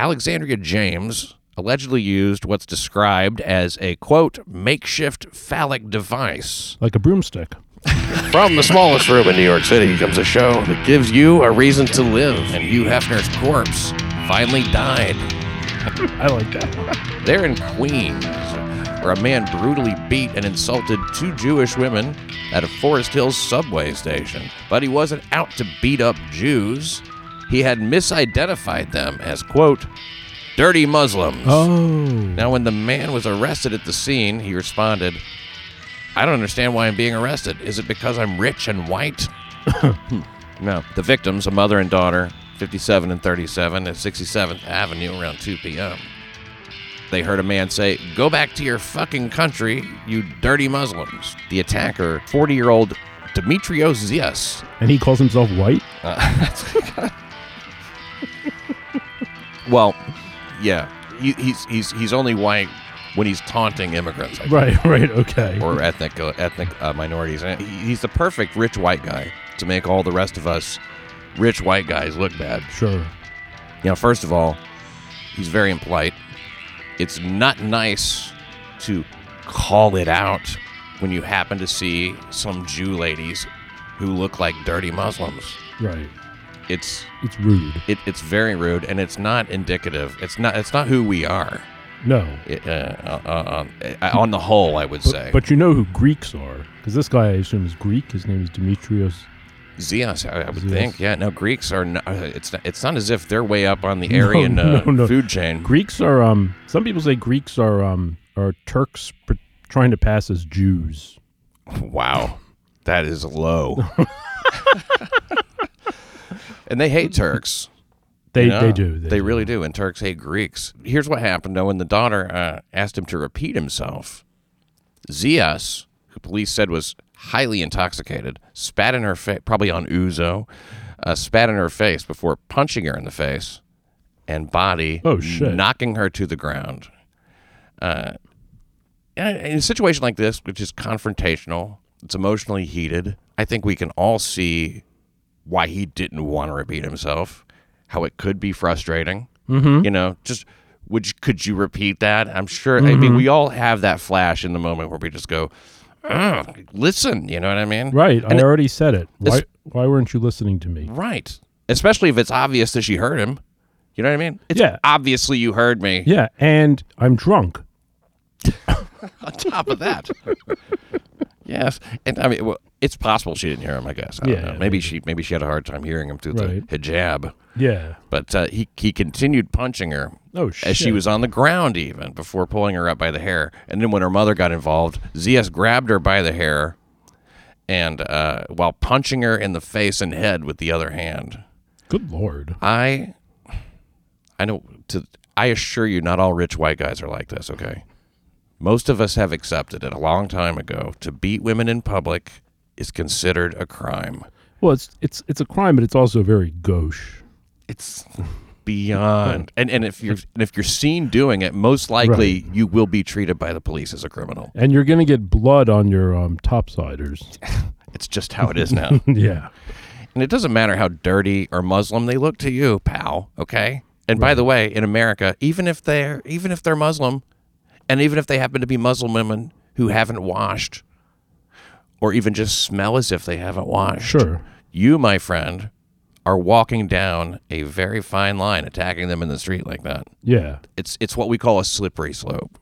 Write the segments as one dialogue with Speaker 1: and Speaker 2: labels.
Speaker 1: Alexandria James allegedly used what's described as a quote makeshift phallic device.
Speaker 2: like a broomstick.
Speaker 1: From the smallest room in New York City comes a show that gives you a reason to live, and Hugh Hefner's corpse finally died.
Speaker 2: I like that. one.
Speaker 1: They're in Queens, where a man brutally beat and insulted two Jewish women at a Forest Hills subway station. But he wasn't out to beat up Jews. He had misidentified them as, quote, dirty Muslims.
Speaker 2: Oh,
Speaker 1: Now, when the man was arrested at the scene, he responded, I don't understand why I'm being arrested. Is it because I'm rich and white? no. The victims, a mother and daughter, 57 and 37, at 67th Avenue around 2 p.m. They heard a man say, Go back to your fucking country, you dirty Muslims. The attacker, 40 year old Demetrios Zias,
Speaker 2: and he calls himself white.
Speaker 1: well, yeah, he, he's, he's, he's only white when he's taunting immigrants. I guess.
Speaker 2: Right, right, okay.
Speaker 1: or ethnic uh, ethnic uh, minorities. And he- he's the perfect rich white guy to make all the rest of us rich white guys look bad.
Speaker 2: Sure.
Speaker 1: You know, first of all, he's very impolite. It's not nice to call it out when you happen to see some Jew ladies who look like dirty Muslims.
Speaker 2: Right.
Speaker 1: It's
Speaker 2: It's rude.
Speaker 1: it, it's very rude and it's not indicative. It's not it's not who we are.
Speaker 2: No.
Speaker 1: It, uh, uh, uh, uh, on the whole, I would say.
Speaker 2: But, but you know who Greeks are, because this guy I assume is Greek. His name is Demetrios.
Speaker 1: Zeus, I, I would
Speaker 2: Zeus.
Speaker 1: think. Yeah, no, Greeks are. Not, uh, it's not, it's not as if they're way up on the Aryan uh,
Speaker 2: no, no.
Speaker 1: food chain.
Speaker 2: Greeks are. Um. Some people say Greeks are. Um. Are Turks pr- trying to pass as Jews?
Speaker 1: Wow, that is low. and they hate Turks.
Speaker 2: They.
Speaker 1: you know?
Speaker 2: They do.
Speaker 1: They,
Speaker 2: do.
Speaker 1: really do. And Turks hate Greeks. Here's what happened though: when the daughter uh, asked him to repeat himself, Zeus, who police said was highly intoxicated, spat in her face, probably on Uzo, uh, spat in her face before punching her in the face and body,
Speaker 2: Oh, shit.
Speaker 1: knocking her to the ground. Uh, and in a situation like this, which is confrontational, it's emotionally heated, I think we can all see why he didn't want to repeat himself, how it could be frustrating. Mm-hmm. You know, just would you, could you repeat that? I'm sure. I
Speaker 2: Mm-hmm.
Speaker 1: mean, we all have that flash in the moment where we just go, "Ugh, listen. You know what I mean?
Speaker 2: Right. I
Speaker 1: And it-
Speaker 2: already said it. Why?
Speaker 1: It's-
Speaker 2: Why weren't you listening to me?
Speaker 1: right. Especially if it's obvious that she heard him. You know what I mean? It's
Speaker 2: Yeah.
Speaker 1: obviously you heard me.
Speaker 2: Yeah. And I'm drunk.
Speaker 1: On top of that, yes, and I mean, well, it's possible she didn't hear him. I guess. I don't
Speaker 2: Yeah,
Speaker 1: know.
Speaker 2: yeah,
Speaker 1: Maybe she maybe she had a hard time hearing him through
Speaker 2: Right.
Speaker 1: the hijab.
Speaker 2: Yeah.
Speaker 1: But uh, he he continued punching her
Speaker 2: Oh
Speaker 1: as
Speaker 2: shit.
Speaker 1: she was on the ground even before pulling her up by the hair. And then when her mother got involved, ZS grabbed her by the hair and uh, while punching her in the face and head with the other hand.
Speaker 2: Good lord.
Speaker 1: I I know to I assure you not all rich white guys are like this, okay? Most of us have accepted it a long time ago. To beat women in public is considered a crime.
Speaker 2: Well, it's it's it's a crime, but it's also very gauche.
Speaker 1: It's beyond and, and if you're and if you're seen doing it, most likely you will be treated by the police as a criminal.
Speaker 2: And you're going to get blood on your um, topsiders.
Speaker 1: It's just how it is now.
Speaker 2: yeah.
Speaker 1: and it doesn't matter how dirty or Muslim they look to you, pal. Okay. And by the way, in America, even if they're even if they're Muslim, and even if they happen to be Muslim women who haven't washed, or even just smell as if they haven't washed,
Speaker 2: Sure.
Speaker 1: you, my friend, are walking down a very fine line, attacking them in the street like that.
Speaker 2: Yeah.
Speaker 1: It's it's what we call a slippery slope.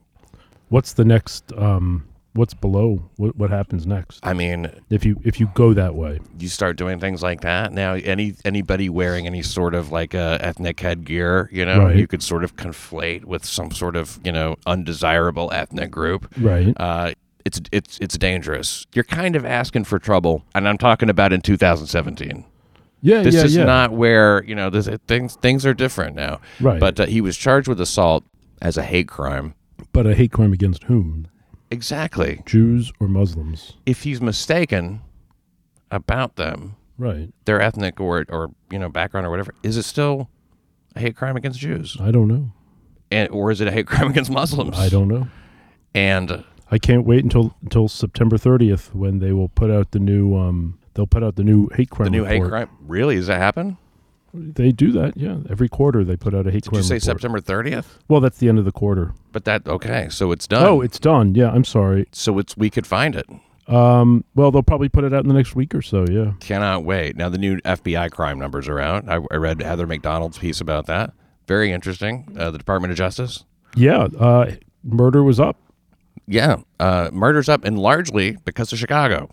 Speaker 2: What's the next? Um, what's below? What what happens next?
Speaker 1: I mean,
Speaker 2: If you if you go that way,
Speaker 1: you start doing things like that now any anybody wearing any sort of like uh, ethnic headgear you know
Speaker 2: Right.
Speaker 1: you could sort of conflate with some sort of you know undesirable ethnic group
Speaker 2: right?
Speaker 1: uh, it's it's it's dangerous you're kind of asking for trouble and i'm talking about in 2017
Speaker 2: yeah.
Speaker 1: this
Speaker 2: yeah.
Speaker 1: is
Speaker 2: yeah.
Speaker 1: not where you know this, things things are different now
Speaker 2: Right.
Speaker 1: but uh, he was charged with assault as a hate crime
Speaker 2: but a hate crime against whom?
Speaker 1: exactly
Speaker 2: Jews or Muslims?
Speaker 1: if he's mistaken about them
Speaker 2: Right.
Speaker 1: their ethnic or or you know background or whatever is it still a hate crime against Jews
Speaker 2: I don't know.
Speaker 1: and or is it a hate crime against Muslims
Speaker 2: I don't know.
Speaker 1: and
Speaker 2: I can't wait until until September 30th when they will put out the new um they'll put out the new hate crime
Speaker 1: the new hate
Speaker 2: report.
Speaker 1: crime really does that happen
Speaker 2: They do that, yeah. Every quarter they put out a hate
Speaker 1: Did
Speaker 2: crime
Speaker 1: you say
Speaker 2: report.
Speaker 1: September 30th?
Speaker 2: Well, that's the end of the quarter.
Speaker 1: But that okay, so it's done.
Speaker 2: oh, it's done. Yeah, I'm sorry.
Speaker 1: so it's we could find it.
Speaker 2: Um, well, they'll probably put it out in the next week or so. Yeah.
Speaker 1: Cannot wait. Now the new FBI crime numbers are out. I, I read Heather McDonald's piece about that. Very interesting. Uh, the Department of Justice.
Speaker 2: Yeah. Uh, murder was up.
Speaker 1: Yeah, uh, murders up, and largely because of Chicago.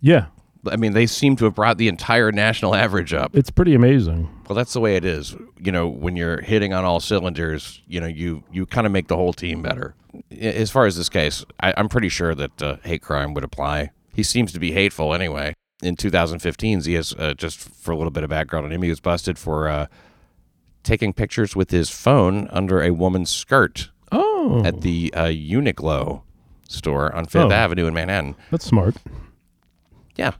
Speaker 2: Yeah.
Speaker 1: I mean, they seem to have brought the entire national average up.
Speaker 2: It's pretty amazing.
Speaker 1: Well, that's the way it is. You know, when you're hitting on all cylinders, you know, you you kind of make the whole team better. I- As far as this case, I, I'm pretty sure that uh, hate crime would apply. He seems to be hateful anyway. In 2015, he has uh, just for a little bit of background on him, he was busted for uh, taking pictures with his phone under a woman's skirt
Speaker 2: Oh,
Speaker 1: at the uh, Uniqlo store on Fifth
Speaker 2: Oh.
Speaker 1: Avenue in Manhattan.
Speaker 2: that's smart.
Speaker 1: Yeah,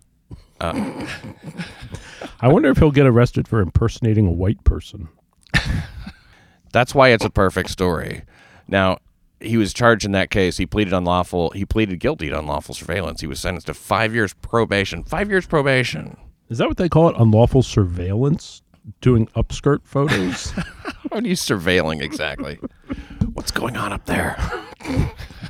Speaker 2: I wonder if he'll get arrested for impersonating a white person.
Speaker 1: That's why it's a perfect story. Now, he was charged in that case. He pleaded unlawful. He pleaded guilty to unlawful surveillance. He was sentenced to five years probation. Five years probation.
Speaker 2: Is that what they call it? Unlawful surveillance? Doing upskirt photos?
Speaker 1: What are you surveilling exactly? What's going on up there?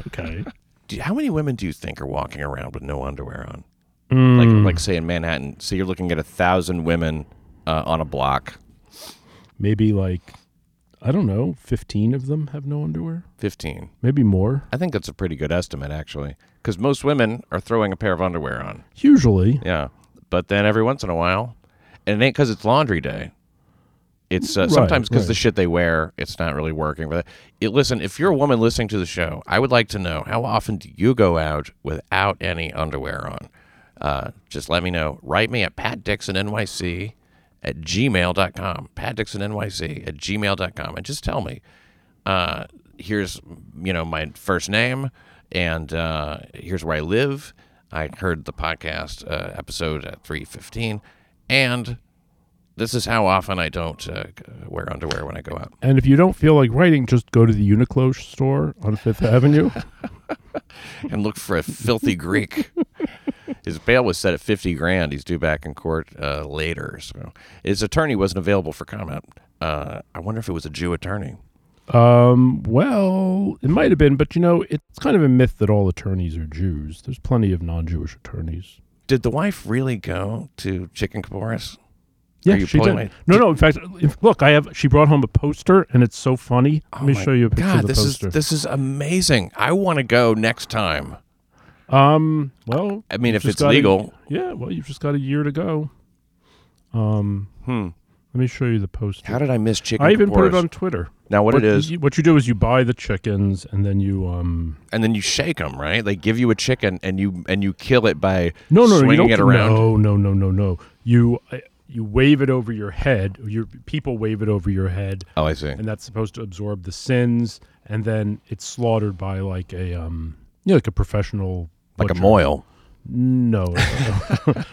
Speaker 2: okay.
Speaker 1: Do, how many women do you think are walking around with no underwear on?
Speaker 2: Mm.
Speaker 1: Like, like say in Manhattan. So you're looking at a thousand women uh, on a block.
Speaker 2: Maybe like, I don't know, 15 of them have no underwear?
Speaker 1: Fifteen.
Speaker 2: Maybe more.
Speaker 1: I think that's a pretty good estimate, actually, because most women are throwing a pair of underwear on.
Speaker 2: Usually.
Speaker 1: Yeah, but then every once in a while, and it ain't because it's laundry day. It's uh, sometimes because the
Speaker 2: right.
Speaker 1: shit they wear, it's not really working. But it, listen, if you're a woman listening to the show, I would like to know how often do you go out without any underwear on? Uh, just let me know. Write me at patdixonnyc at gmail.com. patdixonnyc at gmail.com. And just tell me uh, here's you know my first name and uh, here's where I live. I heard the podcast uh, episode at three fifteen, and this is how often I don't uh, wear underwear when I go out.
Speaker 2: And if you don't feel like writing, just go to the Uniqlo store on Fifth Avenue.
Speaker 1: and look for a filthy Greek. His bail was set at fifty grand. He's due back in court uh, later. So his attorney wasn't available for comment. Uh, I wonder if it was a Jew attorney.
Speaker 2: Um, well, it might have been, but you know, it's kind of a myth that all attorneys are Jews. There's plenty of non Jewish attorneys.
Speaker 1: Did the wife really go to Chicken Caboras?
Speaker 2: Yeah,
Speaker 1: Are you
Speaker 2: she
Speaker 1: pulling
Speaker 2: did.
Speaker 1: my-
Speaker 2: No, no. In fact, if, look, I have. She brought home a poster, and it's so funny. Let me
Speaker 1: Oh my
Speaker 2: show you a picture
Speaker 1: God,
Speaker 2: of the
Speaker 1: this
Speaker 2: poster.
Speaker 1: is this is amazing. I want to go next time.
Speaker 2: um, well,
Speaker 1: I mean, if
Speaker 2: you've just
Speaker 1: it's
Speaker 2: got a-
Speaker 1: legal.
Speaker 2: yeah. Well, you've just got a year to go. Um,
Speaker 1: Hmm.
Speaker 2: let me show you the poster.
Speaker 1: How did I miss chicken?
Speaker 2: I even put it
Speaker 1: Kaporas?
Speaker 2: on Twitter.
Speaker 1: Now what,
Speaker 2: What
Speaker 1: it is,
Speaker 2: You, what you do is you buy the chickens, and then you um.
Speaker 1: and then you shake them, right? They give you a chicken, and you and you kill it by
Speaker 2: No, no, no. You
Speaker 1: swinging
Speaker 2: don't.
Speaker 1: it around.
Speaker 2: No, no, no, no, no. You uh, you wave it over your head. Your people wave it over your head,
Speaker 1: Oh, I see.
Speaker 2: and that's supposed to absorb the sins, and then it's slaughtered by like a um, you know, like a professional,
Speaker 1: Like a
Speaker 2: butcher.
Speaker 1: moil.
Speaker 2: No, no.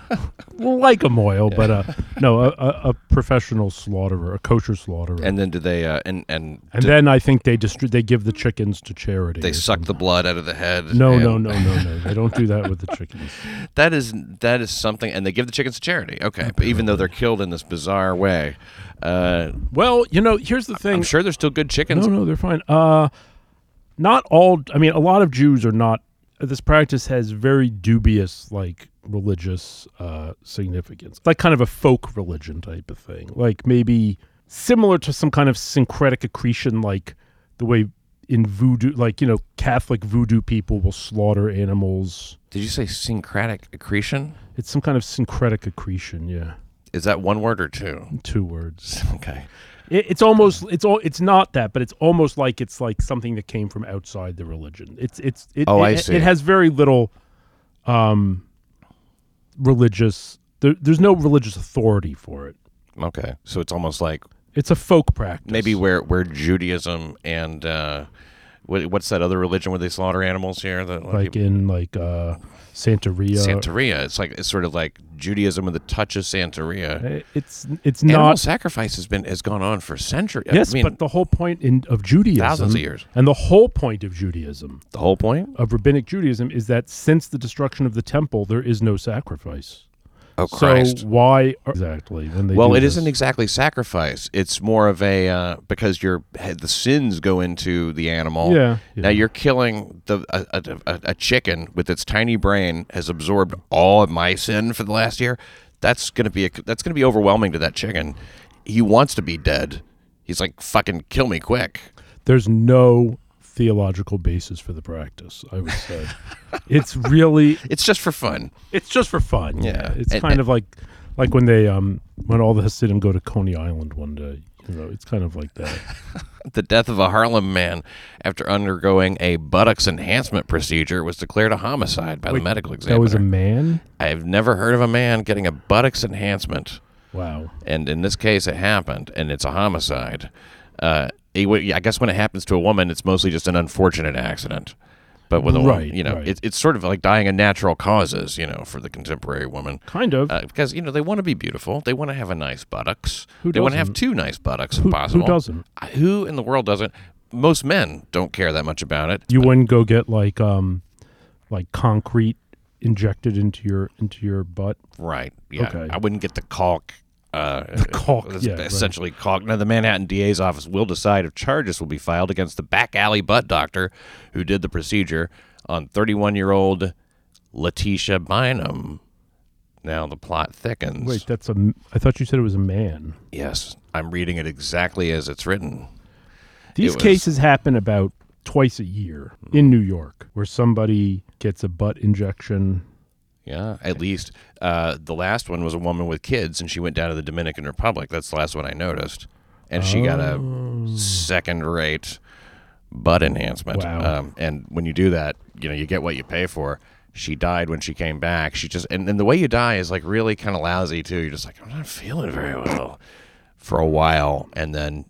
Speaker 2: well, like a moil, but uh, no, a, a, a professional slaughterer, a kosher slaughterer, and,
Speaker 1: And then do they? Uh, and and, do
Speaker 2: then I think they distri- they give the chickens to charity.
Speaker 1: they
Speaker 2: or
Speaker 1: suck the blood out of the head.
Speaker 2: something. No,
Speaker 1: and
Speaker 2: no, no, no, no. They don't do that with the chickens.
Speaker 1: That is that is something, and they give the chickens to charity. Okay, but even though they're killed in this bizarre way, uh,
Speaker 2: Well, you know, here's the thing.
Speaker 1: I'm sure there's still good chickens.
Speaker 2: No, no, they're fine. Uh, not all. I mean, a lot of Jews are not. This practice has very dubious, like religious uh, significance, like kind of a folk religion type of thing, like maybe similar to some kind of syncretic accretion, like the way in voodoo, like you know, Catholic voodoo people will slaughter animals.
Speaker 1: Did you say syncretic accretion?
Speaker 2: It's some kind of syncretic accretion. Yeah,
Speaker 1: Is that one word or two?
Speaker 2: two words.
Speaker 1: Okay.
Speaker 2: It, it's almost it's all it's not that, but it's almost like it's like something that came from outside the religion. It's it's it,
Speaker 1: Oh,
Speaker 2: it,
Speaker 1: I
Speaker 2: it-
Speaker 1: see.
Speaker 2: it has very little um religious there, there's no religious authority for it.
Speaker 1: Okay. So it's almost like
Speaker 2: It's a folk practice.
Speaker 1: maybe where where Judaism and uh, what, what's that other religion where they slaughter animals here? That
Speaker 2: like uh, in like uh Santeria.
Speaker 1: Santeria. It's like it's sort of like Judaism with a touch of Santeria.
Speaker 2: Eh, It's it's
Speaker 1: Animal
Speaker 2: not
Speaker 1: sacrifice has been has gone on for centuries.
Speaker 2: Yes,
Speaker 1: I mean,
Speaker 2: but the whole point in of Judaism
Speaker 1: thousands of years.
Speaker 2: and the whole point of Judaism
Speaker 1: the whole point.
Speaker 2: of rabbinic Judaism is that since the destruction of the temple there is no sacrifice.
Speaker 1: Oh Christ.
Speaker 2: So why are, exactly when they
Speaker 1: well,
Speaker 2: do
Speaker 1: it
Speaker 2: this.
Speaker 1: not exactly sacrifice. It's more of a uh, because your the sins go into the animal.
Speaker 2: Yeah, yeah.
Speaker 1: Now you're killing the a, a, a, a chicken with its tiny brain has absorbed all of my sin for the last year. That's gonna be a, that's gonna be overwhelming to that chicken. He wants to be dead. He's like fucking kill me quick.
Speaker 2: there's no theological basis for the practice. I would say it's really
Speaker 1: It's just for fun.
Speaker 2: it's just for fun.
Speaker 1: Yeah.
Speaker 2: it's
Speaker 1: And-
Speaker 2: kind of like like when they um when all the Hasidim go to Coney Island one day. You know, it's kind of like that.
Speaker 1: The death of a Harlem man after undergoing a buttocks enhancement procedure was declared a homicide by the medical examiner.
Speaker 2: that was a man.
Speaker 1: I've never heard of a man getting a buttocks enhancement,
Speaker 2: Wow.
Speaker 1: and in this case, it happened, and it's a homicide. Uh, it, would- yeah, I guess when it happens to a woman, it's mostly just an unfortunate accident. But with a
Speaker 2: Right,
Speaker 1: woman, you know,
Speaker 2: right.
Speaker 1: it, it's sort of like dying of natural causes, you know, for the contemporary woman.
Speaker 2: Kind of.
Speaker 1: Uh, because you know they want to be beautiful, they want to have a nice buttocks.
Speaker 2: Who
Speaker 1: they want to have
Speaker 2: doesn't?
Speaker 1: two nice buttocks, if
Speaker 2: who,
Speaker 1: possible.
Speaker 2: who doesn't?
Speaker 1: Uh, Who in the world doesn't? Most men don't care that much about it.
Speaker 2: You wouldn't go get like um like concrete injected into your into your butt.
Speaker 1: Right. Yeah.
Speaker 2: Okay.
Speaker 1: I wouldn't get the caulk. Uh,
Speaker 2: caulk,
Speaker 1: it's
Speaker 2: yeah, right.
Speaker 1: essentially caulk. Now, the Manhattan DA's office will decide if charges will be filed against the back alley butt doctor who did the procedure on 31 year old Letitia Bynum. Now the plot thickens.
Speaker 2: Wait, that's a. m- I thought you said it was a man.
Speaker 1: Yes, I'm reading it exactly as it's written.
Speaker 2: These
Speaker 1: was-
Speaker 2: cases happen about twice a year in New York, where somebody gets a butt injection.
Speaker 1: Yeah, at least uh, the last one was a woman with kids, and she went down to the Dominican Republic. That's the last one I noticed, and she got a second-rate butt enhancement.
Speaker 2: Wow.
Speaker 1: Um, and when you do that, you know you get what you pay for. She died when she came back. She just and, and the way you die is like really kind of lousy too. You're just like I'm not feeling very well for a while, and then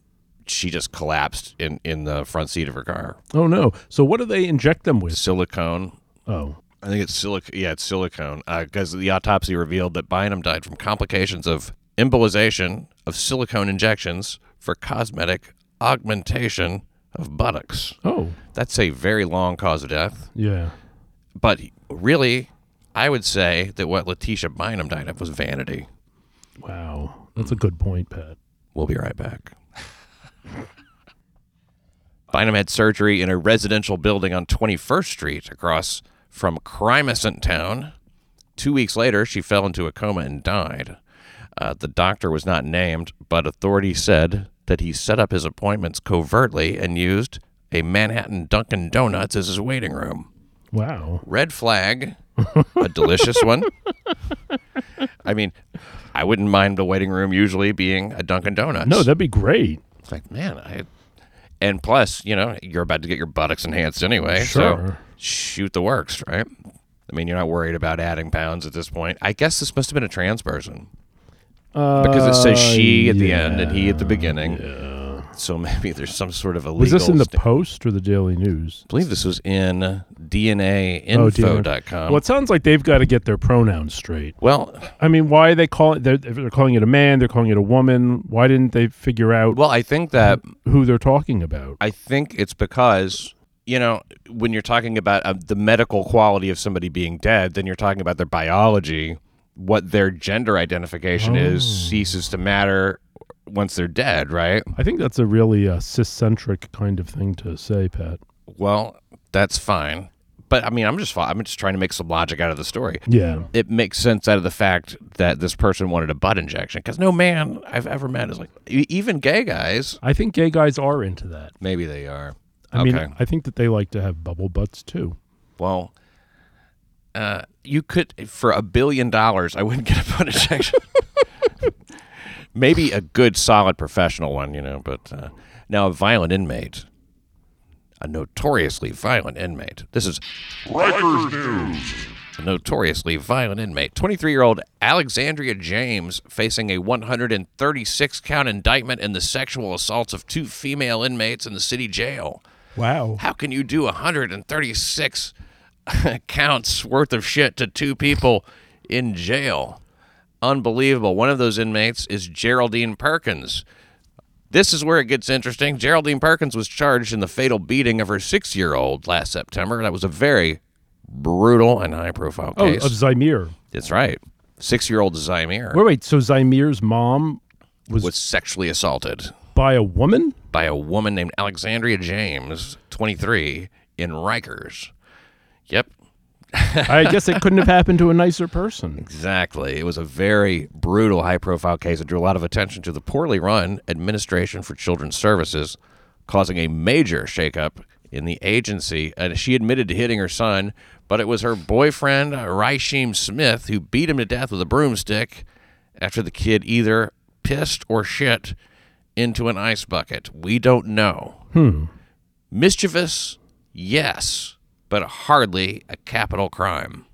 Speaker 1: she just collapsed in in the front seat of her car.
Speaker 2: Oh no! So what do they inject them with?
Speaker 1: Silicone
Speaker 2: Oh,
Speaker 1: I think it's silic. Yeah, it's silicone. Because the autopsy revealed that Bynum died from complications of embolization of silicone injections for cosmetic augmentation of buttocks.
Speaker 2: oh,
Speaker 1: That's a very long cause of death.
Speaker 2: yeah.
Speaker 1: But really, I would say that what Letitia Bynum died of was vanity.
Speaker 2: Wow, that's a good point, Pat.
Speaker 1: We'll be right back. Bynum had surgery in a residential building on 21st Street across from Crimson Town. Two weeks later, she fell into a coma and died. Uh, the doctor was not named, but authorities said that he set up his appointments covertly and used a Manhattan Dunkin' Donuts as his waiting room.
Speaker 2: Wow.
Speaker 1: Red flag, a delicious one. I mean, I wouldn't mind the waiting room usually being a Dunkin' Donuts.
Speaker 2: No, that'd be great.
Speaker 1: It's like, man, I. And plus, you know, you're about to get your buttocks enhanced anyway, so
Speaker 2: Sure.
Speaker 1: shoot the works, right? I mean, you're not worried about adding pounds at this point. I guess this must have been a trans person
Speaker 2: Uh,
Speaker 1: because it says she at the end and
Speaker 2: yeah.
Speaker 1: he at the beginning. So maybe there's some sort of illegal.
Speaker 2: Was this in the
Speaker 1: sta-
Speaker 2: Post or the Daily News?
Speaker 1: I believe this was in
Speaker 2: Oh, dear.
Speaker 1: DNAinfo.com.
Speaker 2: well, it sounds like they've got to get their pronouns straight.
Speaker 1: well,
Speaker 2: I mean, why are they call it? They're, if they're calling it a man. They're calling it a woman. Why didn't they figure out
Speaker 1: well, I think that
Speaker 2: who they're talking about?
Speaker 1: I think it's because you know when you're talking about uh, the medical quality of somebody being dead, then you're talking about their biology. What their gender identification is
Speaker 2: Oh.
Speaker 1: ceases to matter once they're dead, right?
Speaker 2: I think that's a really uh, cis-centric kind of thing to say, Pat.
Speaker 1: Well, that's fine. But I mean, I'm just fi- I'm just trying to make some logic out of the story.
Speaker 2: Yeah.
Speaker 1: It makes sense out of the fact that this person wanted a butt injection because no man I've ever met is like e- even gay guys.
Speaker 2: I think gay guys are into that.
Speaker 1: Maybe they are.
Speaker 2: I
Speaker 1: okay.
Speaker 2: mean, I think that they like to have bubble butts too.
Speaker 1: Well, uh, you could for a billion dollars, I wouldn't get a butt injection. Maybe a good, solid professional one, you know. But uh, now a violent inmate, a notoriously violent inmate. This is
Speaker 3: Rikers News.
Speaker 1: a notoriously violent inmate. 23 year old Alexandria James facing a 136 count indictment in the sexual assaults of two female inmates in the city jail.
Speaker 2: Wow.
Speaker 1: How can you do 136 counts worth of shit to two people in jail? Unbelievable. One of those inmates is Geraldine Perkins. This is where it gets interesting. Geraldine Perkins was charged in the fatal beating of her six year old last September. That was a very brutal and high profile
Speaker 2: Oh,
Speaker 1: case.
Speaker 2: of Zymir.
Speaker 1: That's right. Six year old Zymir
Speaker 2: Wait, wait. So Zymir's mom was,
Speaker 1: was sexually assaulted
Speaker 2: by a woman?
Speaker 1: by a woman named Alexandria James, 23, in Rikers. Yep,
Speaker 2: I guess it couldn't have happened to a nicer person.
Speaker 1: Exactly. It was a very brutal, high profile case that drew a lot of attention to the poorly run Administration for Children's Services, causing a major shakeup in the agency. And she admitted to hitting her son, but it was her boyfriend, Raishim Smith, who beat him to death with a broomstick after the kid either pissed or shit into an ice bucket. We don't know. Mischievous, yes, but hardly a capital crime.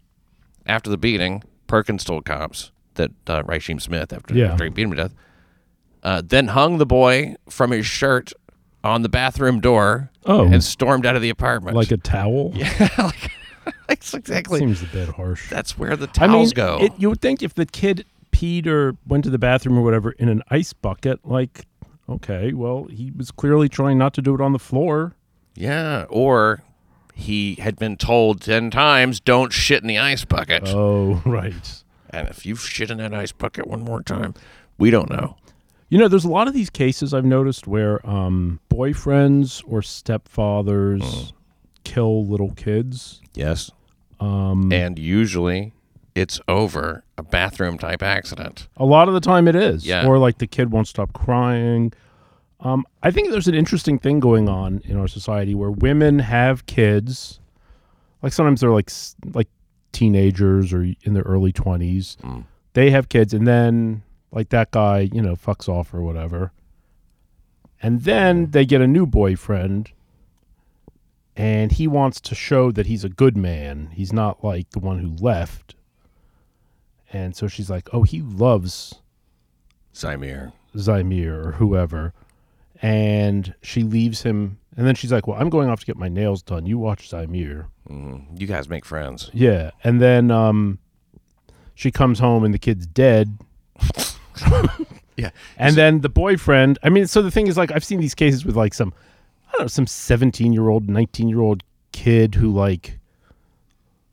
Speaker 1: After the beating, Perkins told cops that uh, Raishim Smith, after,
Speaker 2: Yeah.
Speaker 1: after he beat him to death, uh, then hung the boy from his shirt on the bathroom door
Speaker 2: Oh.
Speaker 1: and stormed out of the apartment.
Speaker 2: Like a towel? Yeah,
Speaker 1: That's exactly.
Speaker 2: Seems a bit harsh.
Speaker 1: that's where the
Speaker 2: I
Speaker 1: towels
Speaker 2: mean,
Speaker 1: go.
Speaker 2: It, you would think if the kid peed or went to the bathroom or whatever in an ice bucket, like, okay, well, he was clearly trying not to do it on the floor.
Speaker 1: yeah, or he had been told ten times, "Don't shit in the ice bucket."
Speaker 2: Oh, right.
Speaker 1: and if you shit in that ice bucket one more time, we don't know.
Speaker 2: You know, there's a lot of these cases I've noticed where um, boyfriends or stepfathers kill little kids.
Speaker 1: Yes. Um,
Speaker 2: Mm-hmm.
Speaker 1: and usually it's over a bathroom type accident.
Speaker 2: A lot of the time it is.
Speaker 1: Yeah.
Speaker 2: Or like the kid won't stop crying. Um, I think there's an interesting thing going on in our society where women have kids. Like sometimes they're like s- like teenagers or in their early 20s. They have kids and then like that guy, you know, fucks off or whatever. And then they get a new boyfriend and he wants to show that he's a good man. He's not like the one who left. And so she's like, "Oh, he loves
Speaker 1: Zymir.
Speaker 2: Zymir or whoever, and she leaves him. And then she's like, "Well, I'm going off to get my nails done. You watch Zymir."
Speaker 1: Mm-hmm. You guys make friends.
Speaker 2: Yeah, and then um, she comes home and the kid's dead.
Speaker 1: Yeah.
Speaker 2: And then the boyfriend. I mean, so the thing is, like, I've seen these cases with like some, I don't know, some 17 year old, 19 year old kid who like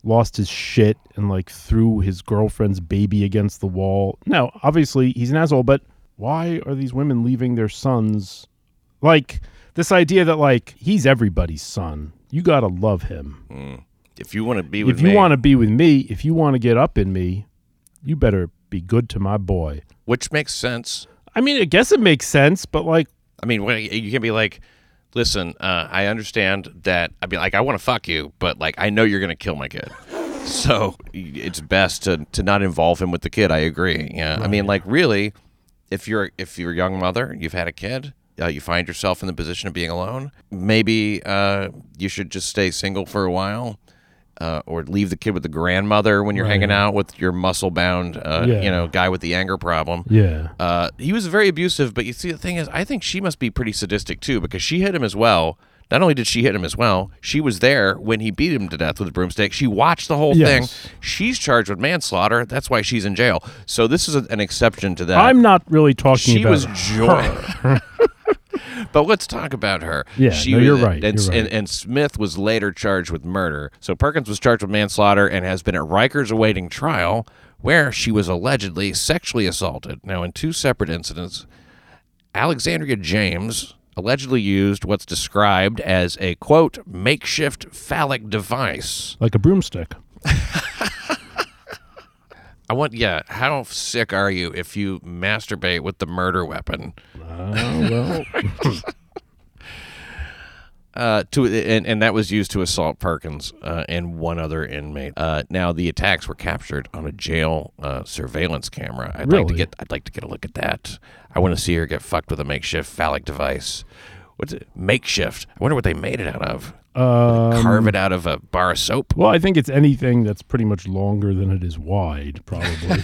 Speaker 2: lost his shit and like threw his girlfriend's baby against the wall. Now, obviously, he's an asshole, but why are these women leaving their sons? Like, this idea that like he's everybody's son. You gotta love him.
Speaker 1: If you want to be with
Speaker 2: If you
Speaker 1: me,
Speaker 2: want to be with me, if you want to get up in me, you better be good to my boy.
Speaker 1: which makes sense.
Speaker 2: I mean, I guess it makes sense, but like,
Speaker 1: I mean, when- you can be like, listen, uh, I understand that. I mean, like, I want to fuck you, but like, I know you're gonna kill my kid. So it's best to, to not involve him with the kid. I agree. Yeah. I mean, like, really, if you're if you're a young mother, you've had a kid, uh, you find yourself in the position of being alone. Maybe uh, you should just stay single for a while. Uh, or leave the kid with the grandmother when you're hanging out with your muscle-bound, uh,
Speaker 2: Yeah.
Speaker 1: you know, guy with the anger problem.
Speaker 2: yeah,
Speaker 1: Uh, he was very abusive, but you see, the thing is, I think she must be pretty sadistic too because she hit him as well. Not only did she hit him as well, she was there when he beat him to death with a broomstick. She watched the whole
Speaker 2: Yes.
Speaker 1: thing. She's charged with manslaughter. That's why she's in jail. So this is a, an exception to that.
Speaker 2: I'm not really talking
Speaker 1: she
Speaker 2: about.
Speaker 1: was joy. but let's talk about her.
Speaker 2: Yeah,
Speaker 1: she
Speaker 2: no,
Speaker 1: was-
Speaker 2: you're right,
Speaker 1: And,
Speaker 2: you're right.
Speaker 1: and, and Smith was later charged with murder. So Perkins was charged with manslaughter and has been at Rikers awaiting trial, where she was allegedly sexually assaulted. Now, in two separate incidents, Alexandria James allegedly used what's described as a quote makeshift phallic device.
Speaker 2: like a broomstick.
Speaker 1: I want, yeah, how sick are you if you masturbate with the murder weapon?
Speaker 2: Oh well,
Speaker 1: uh, to and, and that was used to assault Perkins uh, and one other inmate. Uh, now the attacks were captured on a jail uh, surveillance camera. I'd like to
Speaker 2: Really?
Speaker 1: get I'd like to get a look at that. I want to see her get fucked with a makeshift phallic device. What's it? Makeshift. I wonder what they made it out of.
Speaker 2: uh,
Speaker 1: Carve it out of a bar of soap.
Speaker 2: well, I think it's anything that's pretty much longer than it is wide, probably.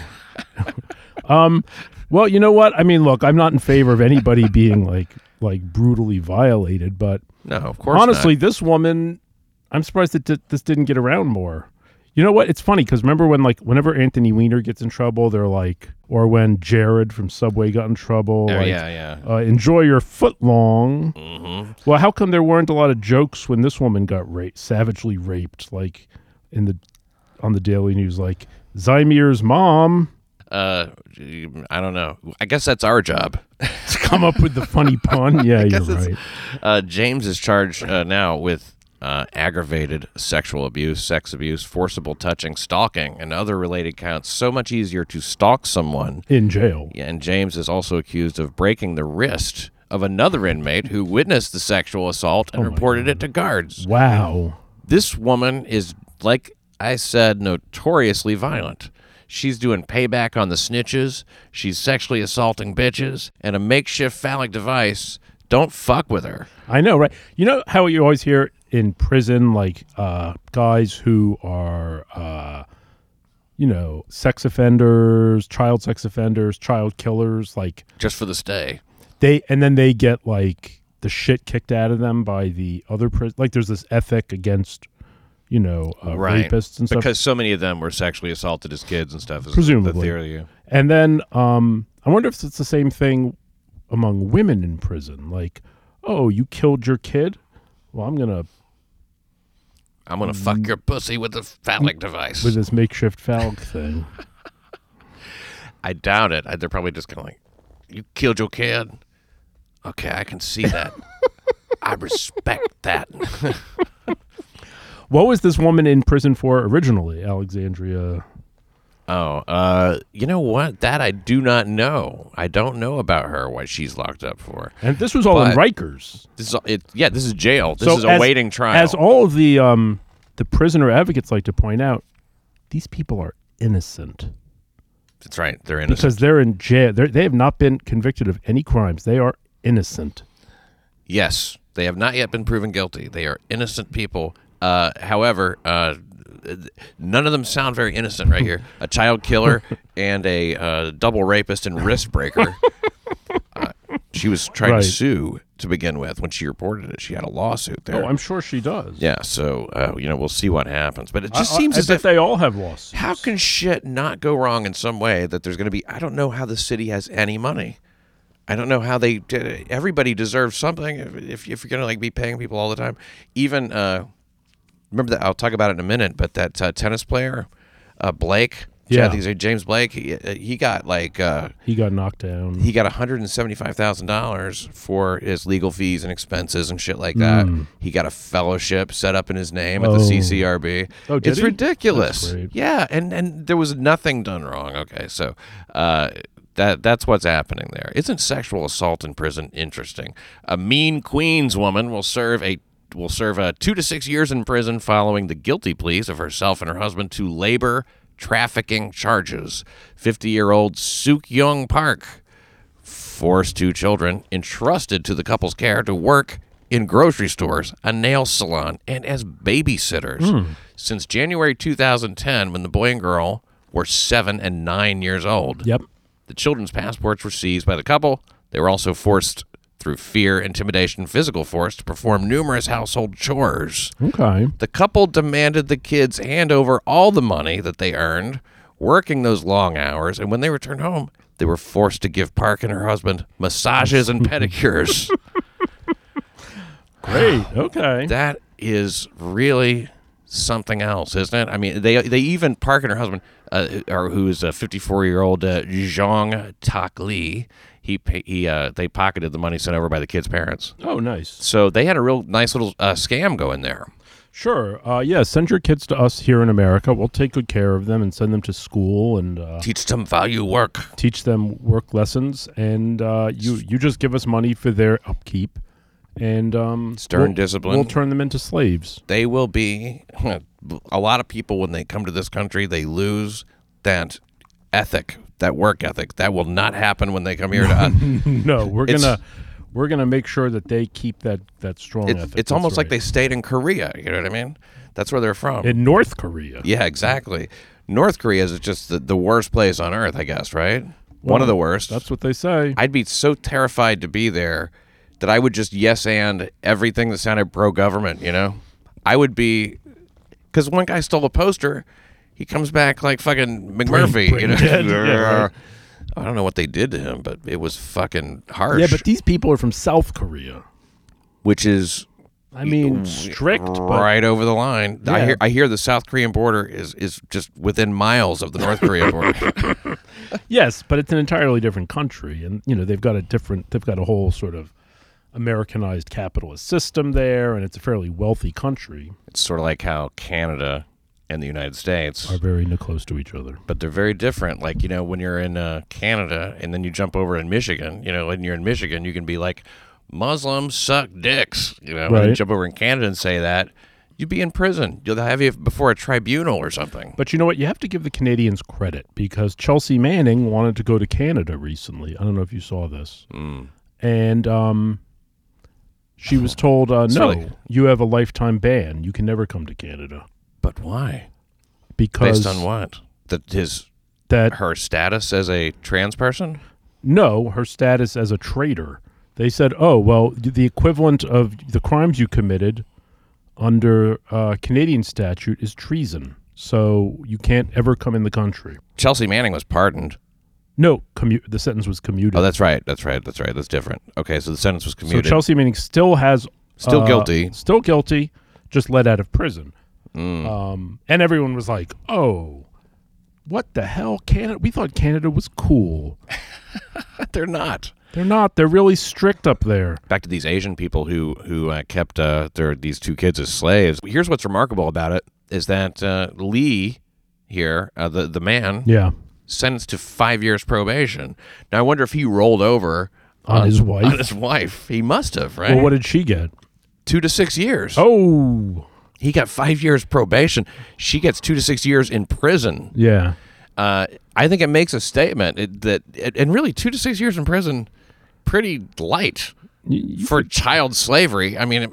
Speaker 2: um, well, you know what? I mean, look, I'm not in favor of anybody being like like brutally violated, but
Speaker 1: No, of course. not.
Speaker 2: honestly, this woman, I'm surprised that di- this didn't get around more. You know what? It's funny because remember when like whenever Anthony Weiner gets in trouble, they're like, or when Jared from Subway got in trouble,
Speaker 1: Oh,
Speaker 2: like,
Speaker 1: yeah, Mm-hmm. yeah.
Speaker 2: uh, enjoy your foot long. Well, how come there weren't a lot of jokes when this woman got raped, savagely raped, like in the on the Daily News, like Zymir's mom
Speaker 1: Uh, I don't know. I guess that's our job.
Speaker 2: Come up with the funny pun. Yeah, you're
Speaker 1: guess it's-
Speaker 2: right.
Speaker 1: Uh, James is charged uh, now with uh, aggravated sexual abuse, sex abuse, forcible touching, stalking, and other related counts. So much easier to stalk someone.
Speaker 2: In jail.
Speaker 1: Yeah, And James is also accused of breaking the wrist of another inmate who witnessed the sexual assault and reported it to guards.
Speaker 2: Wow.
Speaker 1: This woman is, like I said, notoriously violent. She's doing payback on the snitches. She's sexually assaulting bitches and a makeshift phallic device. Don't fuck with her.
Speaker 2: I know, right? You know how you always hear in prison, like uh, guys who are, uh, you know, sex offenders, child sex offenders, child killers, like
Speaker 1: just for the stay.
Speaker 2: they, and then they get like the shit kicked out of them by the other prison. Like there's this ethic against, you know, uh, rapists and stuff.
Speaker 1: Because so many of them were sexually assaulted as kids and stuff. Is The
Speaker 2: Presumably.
Speaker 1: theory.
Speaker 2: And then um, I wonder if it's the same thing among women in prison. Like, oh, you killed your kid? Well, I'm going to
Speaker 1: I'm going to fuck your pussy with a phallic device.
Speaker 2: Mm. with this makeshift phallic thing.
Speaker 1: I doubt it. I, they're probably just going, like, you killed your kid. Okay, I can see that. I respect that.
Speaker 2: What was this woman in prison for originally, Alexandria?
Speaker 1: oh, uh, you know what? That I do not know. I don't know about her, what she's locked up for.
Speaker 2: And this was all in
Speaker 1: But-
Speaker 2: Rikers.
Speaker 1: This is, it, yeah, this is jail. This
Speaker 2: So
Speaker 1: is
Speaker 2: as-
Speaker 1: awaiting trial.
Speaker 2: As all of the um, the prisoner advocates like to point out, these people are innocent
Speaker 1: That's right. They're innocent.
Speaker 2: because they're in jail. They're, they have not been convicted of any crimes. They are innocent.
Speaker 1: Yes, they have not yet been proven guilty. They are innocent people. Uh, however, uh, none of them sound very innocent right here. A child killer and a uh, double rapist and wrist breaker. Uh, she was trying
Speaker 2: Right.
Speaker 1: to sue to begin with when she reported it. She had a lawsuit there.
Speaker 2: Oh, I'm sure she does.
Speaker 1: yeah, so uh, you know we'll see what happens, but it just
Speaker 2: I- I-
Speaker 1: seems
Speaker 2: I
Speaker 1: as
Speaker 2: bet
Speaker 1: if
Speaker 2: they all have lost.
Speaker 1: how can shit not go wrong in some way that there's going to be i don't know how the city has any money i don't know how they did it everybody deserves something if, if, if you're going to like be paying people all the time even uh remember that i'll talk about it in a minute but that uh, tennis player uh blake
Speaker 2: Yeah.
Speaker 1: I think his name- James Blake. He, uh, he got like uh,
Speaker 2: He got knocked down.
Speaker 1: he got one hundred and seventy five thousand dollars for his legal fees and expenses and shit like that. He got a fellowship set up in his name at the
Speaker 2: Hmm. Oh.
Speaker 1: CCRB.
Speaker 2: Oh, did
Speaker 1: it's
Speaker 2: he?
Speaker 1: ridiculous.
Speaker 2: That's great.
Speaker 1: Yeah, and and there was nothing done wrong. Okay, so uh, that that's what's happening there. Isn't sexual assault in prison interesting? A mean Queens woman will serve a will serve a two to six years in prison following the guilty pleas of herself and her husband to labor trafficking charges. Fifty year old Sook Young Park forced two children entrusted to the couple's care to work in grocery stores, a nail salon, and as babysitters since January 2010 when the boy and girl were 7 and 9 years old.
Speaker 2: Yep.
Speaker 1: The children's passports were seized by the couple. They were also forced through fear, intimidation, physical force to perform numerous household chores.
Speaker 2: Okay.
Speaker 1: The couple demanded the kids hand over all the money that they earned working those long hours, and when they returned home, they were forced to give Park and her husband massages and pedicures.
Speaker 2: Great. Okay.
Speaker 1: That is really something else, isn't it? I mean, they they even Park and her husband, uh, or who is a 54 year old uh, Zhang Tak Li, he pa- he uh, they pocketed the money sent over by the kids' parents.
Speaker 2: oh, nice.
Speaker 1: So they had a real nice little uh, scam going there.
Speaker 2: Sure. Uh, yeah. Send your kids to us here in America. We'll take good care of them and send them to school and uh,
Speaker 1: Teach them value work.
Speaker 2: teach them work lessons. And uh, you you just give us money for their upkeep and um,
Speaker 1: Stern
Speaker 2: we'll-
Speaker 1: discipline.
Speaker 2: We'll turn them into slaves.
Speaker 1: they will be a lot of people when they come to this country they lose that ethic that work ethic that will not happen when they come here to us
Speaker 2: No, we're
Speaker 1: It's-
Speaker 2: gonna we're gonna make sure that they keep that that strong
Speaker 1: it's,
Speaker 2: ethic.
Speaker 1: it's
Speaker 2: That's
Speaker 1: almost like they
Speaker 2: right.
Speaker 1: stayed in korea you know what i mean that's where they're from
Speaker 2: in North Korea.
Speaker 1: yeah exactly north korea is just the, the worst place on earth i guess right one of the worst
Speaker 2: That's what they say.
Speaker 1: i'd be so terrified to be there that i would just yes and everything that sounded pro-government you know i would be because one guy stole a poster. He comes back like fucking McMurphy. you know?
Speaker 2: brain dead, yeah, right.
Speaker 1: I don't know what they did to him, but it was fucking harsh.
Speaker 2: yeah, but these people are from South Korea.
Speaker 1: which is
Speaker 2: I mean, strict, but
Speaker 1: right over the line. I
Speaker 2: Yeah.
Speaker 1: hear I hear the South Korean border is is just within miles of the North Korea border.
Speaker 2: yes, but it's an entirely different country, and you know they've got a different, they've got a whole sort of Americanized capitalist system there, and it's a fairly wealthy country.
Speaker 1: it's sort of like how Canada and the United States
Speaker 2: Are very n- close to each other.
Speaker 1: but they're very different. Like you know, when you're in uh, Canada and then you jump over in Michigan, you know, and you're in Michigan, you can be like, Muslims suck dicks, you know, and
Speaker 2: Right.
Speaker 1: then jump over in Canada and say that, you'd be in prison. You'll have you before a tribunal or something.
Speaker 2: But you know what? You have to give the Canadians credit because Chelsea Manning wanted to go to Canada recently. I don't know if you saw this.
Speaker 1: Hmm.
Speaker 2: And um, she was told, uh, no,
Speaker 1: really-
Speaker 2: you have a lifetime ban. You can never come to Canada.
Speaker 1: But why?
Speaker 2: Because
Speaker 1: Based on what? That his
Speaker 2: that
Speaker 1: her status as a trans person?
Speaker 2: no, her status as a traitor. They said, oh, well, the equivalent of the crimes you committed under uh, Canadian statute is treason. So you can't ever come in the country.
Speaker 1: Chelsea Manning was pardoned.
Speaker 2: No, commu- the sentence was commuted.
Speaker 1: Oh, that's right. That's right. That's right. That's different. Okay, so the sentence was commuted.
Speaker 2: So Chelsea Manning still has
Speaker 1: Still
Speaker 2: uh,
Speaker 1: guilty. Mm.
Speaker 2: still guilty, just let out of prison. Um, and everyone was like, "Oh, what the hell, Canada? We thought Canada was cool.
Speaker 1: They're not.
Speaker 2: They're not. They're really strict up there."
Speaker 1: back to these Asian people who who uh, kept uh, their these two kids as slaves. Here's what's remarkable about it is that uh, Lee here, uh, the the man,
Speaker 2: Yeah,
Speaker 1: sentenced to five years probation. Now I wonder if he rolled over
Speaker 2: on his
Speaker 1: on
Speaker 2: wife.
Speaker 1: his wife. He must have, right?
Speaker 2: Well, what did she get?
Speaker 1: two to six years.
Speaker 2: Oh,
Speaker 1: He got five years probation. She gets two to six years in prison.
Speaker 2: yeah.
Speaker 1: Uh, I think it makes a statement it, that, and really, two to six years in prison, pretty light
Speaker 2: You, you,
Speaker 1: for child slavery. I mean.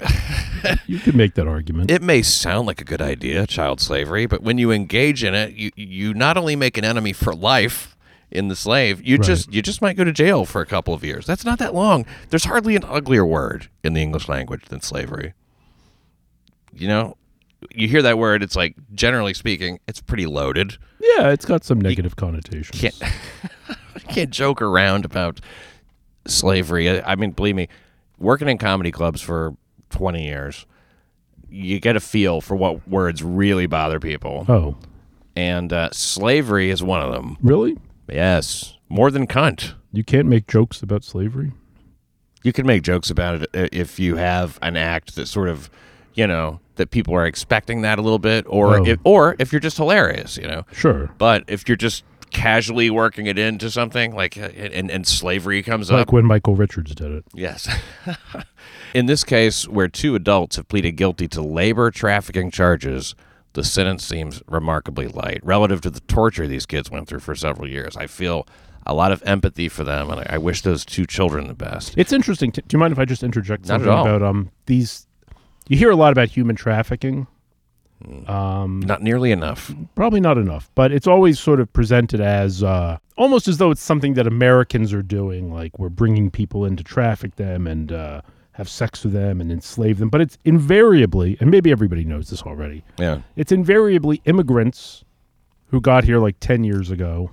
Speaker 2: you could make that argument.
Speaker 1: It may sound like a good idea, child slavery, but when you engage in it, you you not only make an enemy for life in the slave, you just you just might go to jail for a couple of years. That's not that long. There's hardly an uglier word in the English language than slavery. You know, you hear that word, it's like generally speaking, it's pretty loaded.
Speaker 2: yeah, it's got some negative connotations.
Speaker 1: can't- You can't joke around about slavery. I, I mean, believe me, working in comedy clubs for 20 years, you get a feel for what words really bother people.
Speaker 2: Oh,
Speaker 1: and uh, slavery is one of them.
Speaker 2: really?
Speaker 1: Yes, more than cunt.
Speaker 2: You can't make jokes about slavery?
Speaker 1: You can make jokes about it i- if you have an act that sort of, you know, that people are expecting that a little bit, or
Speaker 2: Oh.
Speaker 1: if, or if you're just hilarious, you know.
Speaker 2: Sure.
Speaker 1: But if you're just casually working it into something like, uh, and and slavery comes up,
Speaker 2: Like when Michael Richards did it.
Speaker 1: Yes. In this case, where two adults have pleaded guilty to labor trafficking charges, the sentence seems remarkably light relative to the torture these kids went through for several years. I feel a lot of empathy for them, and I, I wish those two children the best.
Speaker 2: It's interesting. T- Do you mind if I just interject
Speaker 1: Not at
Speaker 2: something
Speaker 1: all.
Speaker 2: about um these? You hear a lot about human trafficking. Um,
Speaker 1: Not nearly enough.
Speaker 2: probably not enough, but it's always sort of presented as uh, almost as though it's something that Americans are doing, like we're bringing people in to traffic them and uh, have sex with them and enslave them. But it's invariably, and maybe everybody knows this already,
Speaker 1: Yeah.
Speaker 2: it's invariably immigrants who got here like ten years ago,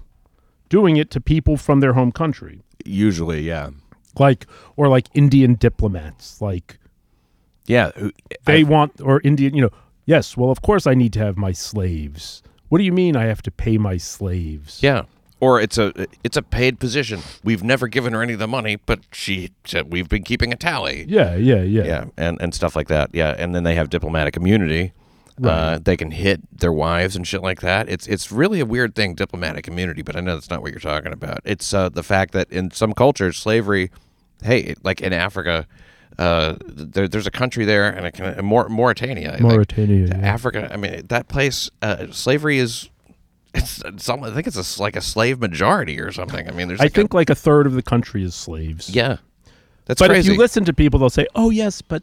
Speaker 2: doing it to people from their home country.
Speaker 1: Usually, yeah.
Speaker 2: Like or like Indian diplomats, like
Speaker 1: Yeah. who-
Speaker 2: they want or Indian, you know, yes, well of course I need to have my slaves. What do you mean I have to pay my slaves?
Speaker 1: Yeah. Or it's a it's a paid position. We've never given her any of the money, but she said we've been keeping a tally.
Speaker 2: Yeah, yeah, yeah.
Speaker 1: yeah, and and stuff like that. Yeah, and then they have diplomatic immunity. Uh, they can hit their wives and shit like that. It's it's really a weird thing, diplomatic immunity. But I know that's not what you're talking about. It's uh, the fact that in some cultures, slavery. Hey, it- like in Africa, uh, there, there's a country there, and I can uh, Maur- Mauritania. I think.
Speaker 2: Mauritania. yeah.
Speaker 1: Africa. I mean, that place, uh, slavery is. It's, it's some. I think it's a, s- like a slave majority or something. I mean, there's.
Speaker 2: I
Speaker 1: like a-
Speaker 2: think like a third of the country is slaves.
Speaker 1: yeah, that's
Speaker 2: But
Speaker 1: crazy.
Speaker 2: if you listen to people, they'll say, "Oh yes, but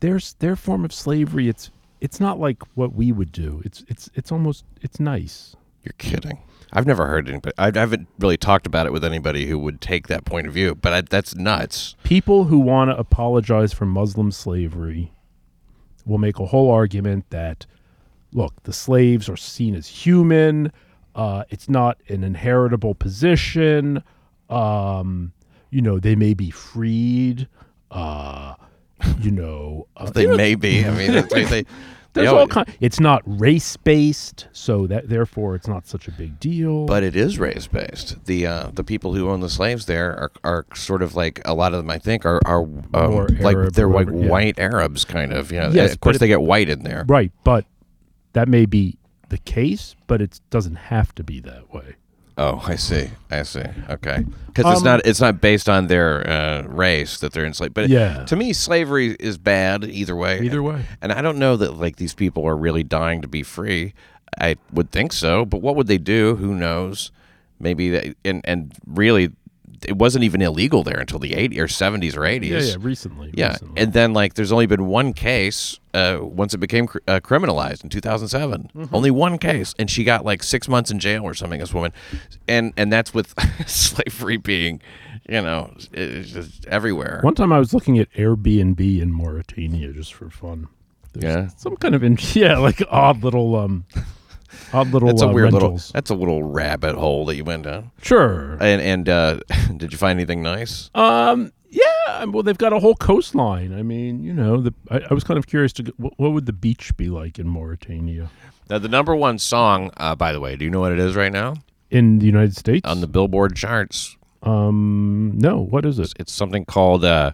Speaker 2: there's their form of slavery. It's it's not like what we would do. It's it's it's almost it's nice.
Speaker 1: You're kidding. I've never heard anybody. I, I haven't really talked about it with anybody who would take that point of view. But I, that's nuts.
Speaker 2: People who want to apologize for Muslim slavery will make a whole argument that look, the slaves are seen as human. Uh, it's not an inheritable position. Um, you know, they may be freed. Uh, you know, uh,
Speaker 1: They may be. I mean, they, they,
Speaker 2: there's
Speaker 1: they
Speaker 2: all
Speaker 1: always-
Speaker 2: kind. It's not race based, so that therefore it's not such a big deal.
Speaker 1: but it is race based. The uh, the people who own the slaves there are, are sort of like a lot of them. I think are are um,
Speaker 2: More
Speaker 1: like
Speaker 2: Arab
Speaker 1: they're
Speaker 2: or
Speaker 1: like
Speaker 2: whatever, yeah.
Speaker 1: white Arabs, kind of. Yeah,
Speaker 2: Yes,
Speaker 1: of course
Speaker 2: but
Speaker 1: they get white in there.
Speaker 2: right, but that may be the case, but it doesn't have to be that way.
Speaker 1: Oh, I see. I see. Okay, because it's
Speaker 2: Um,
Speaker 1: not it's not based on their uh, race that they're enslaved. But
Speaker 2: Yeah.
Speaker 1: to me, slavery is bad either way.
Speaker 2: way.
Speaker 1: And I don't know that like these people are really dying to be free. I would think so, but what would they do? Who knows? Maybe they, and and really, it wasn't even illegal there until the eighty or seventies or
Speaker 2: Yeah,
Speaker 1: eighties.
Speaker 2: yeah, recently.
Speaker 1: Yeah,
Speaker 2: recently.
Speaker 1: and then like there's only been one case uh, once it became cr- uh, criminalized in 2007.
Speaker 2: Mm-hmm.
Speaker 1: Only one case, and she got like six months in jail or something. This woman, and and that's with slavery being, you know, it's just everywhere.
Speaker 2: One time I was looking at Airbnb in Mauritania just for fun.
Speaker 1: Yeah,
Speaker 2: Some kind of in- yeah, like odd little um, odd little
Speaker 1: that's a
Speaker 2: uh,
Speaker 1: weird little.
Speaker 2: rentals.
Speaker 1: That's a little rabbit hole that you went down.
Speaker 2: Sure.
Speaker 1: And and uh, did you find anything nice?
Speaker 2: Um. Yeah. Well, they've got a whole coastline. I mean, you know, the I, I was kind of curious to go, what, what would the beach be like in Mauritania,
Speaker 1: Now the number one song, uh, by the way, do you know what it is right now
Speaker 2: in the United States?
Speaker 1: on the Billboard charts?
Speaker 2: um. No. What is it?
Speaker 1: It's something called uh,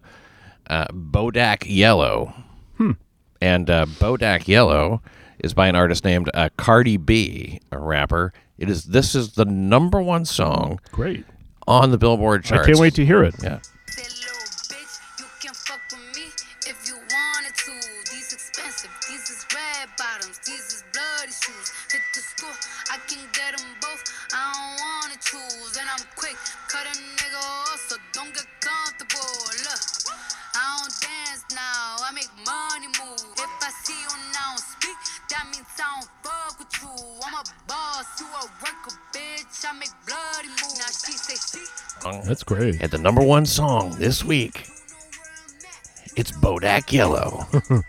Speaker 1: uh, Bodak Yellow,
Speaker 2: Hmm.
Speaker 1: and uh, Bodak Yellow is by an artist named uh, Cardi B, a rapper. It is this is the number one song
Speaker 2: Great.
Speaker 1: on the Billboard charts.
Speaker 2: I can't wait to hear it.
Speaker 1: Yeah.
Speaker 4: That little bitch, you can fuck with me if you wanted to. These expensive, these is red bottoms, these is bloody shoes. Hit the store, I can get them both. I don't wanna choose, and I'm quick, cut a nigga off, so don't get comfortable. Look, I don't dance now, I make money move. If I see you now speak, that means I don't fuck with you. I'm a boss, you a worker, bitch. I make bloody moves. Now she say she
Speaker 2: That's great.
Speaker 1: And the number one song this week, it's Bodak Yellow.
Speaker 4: club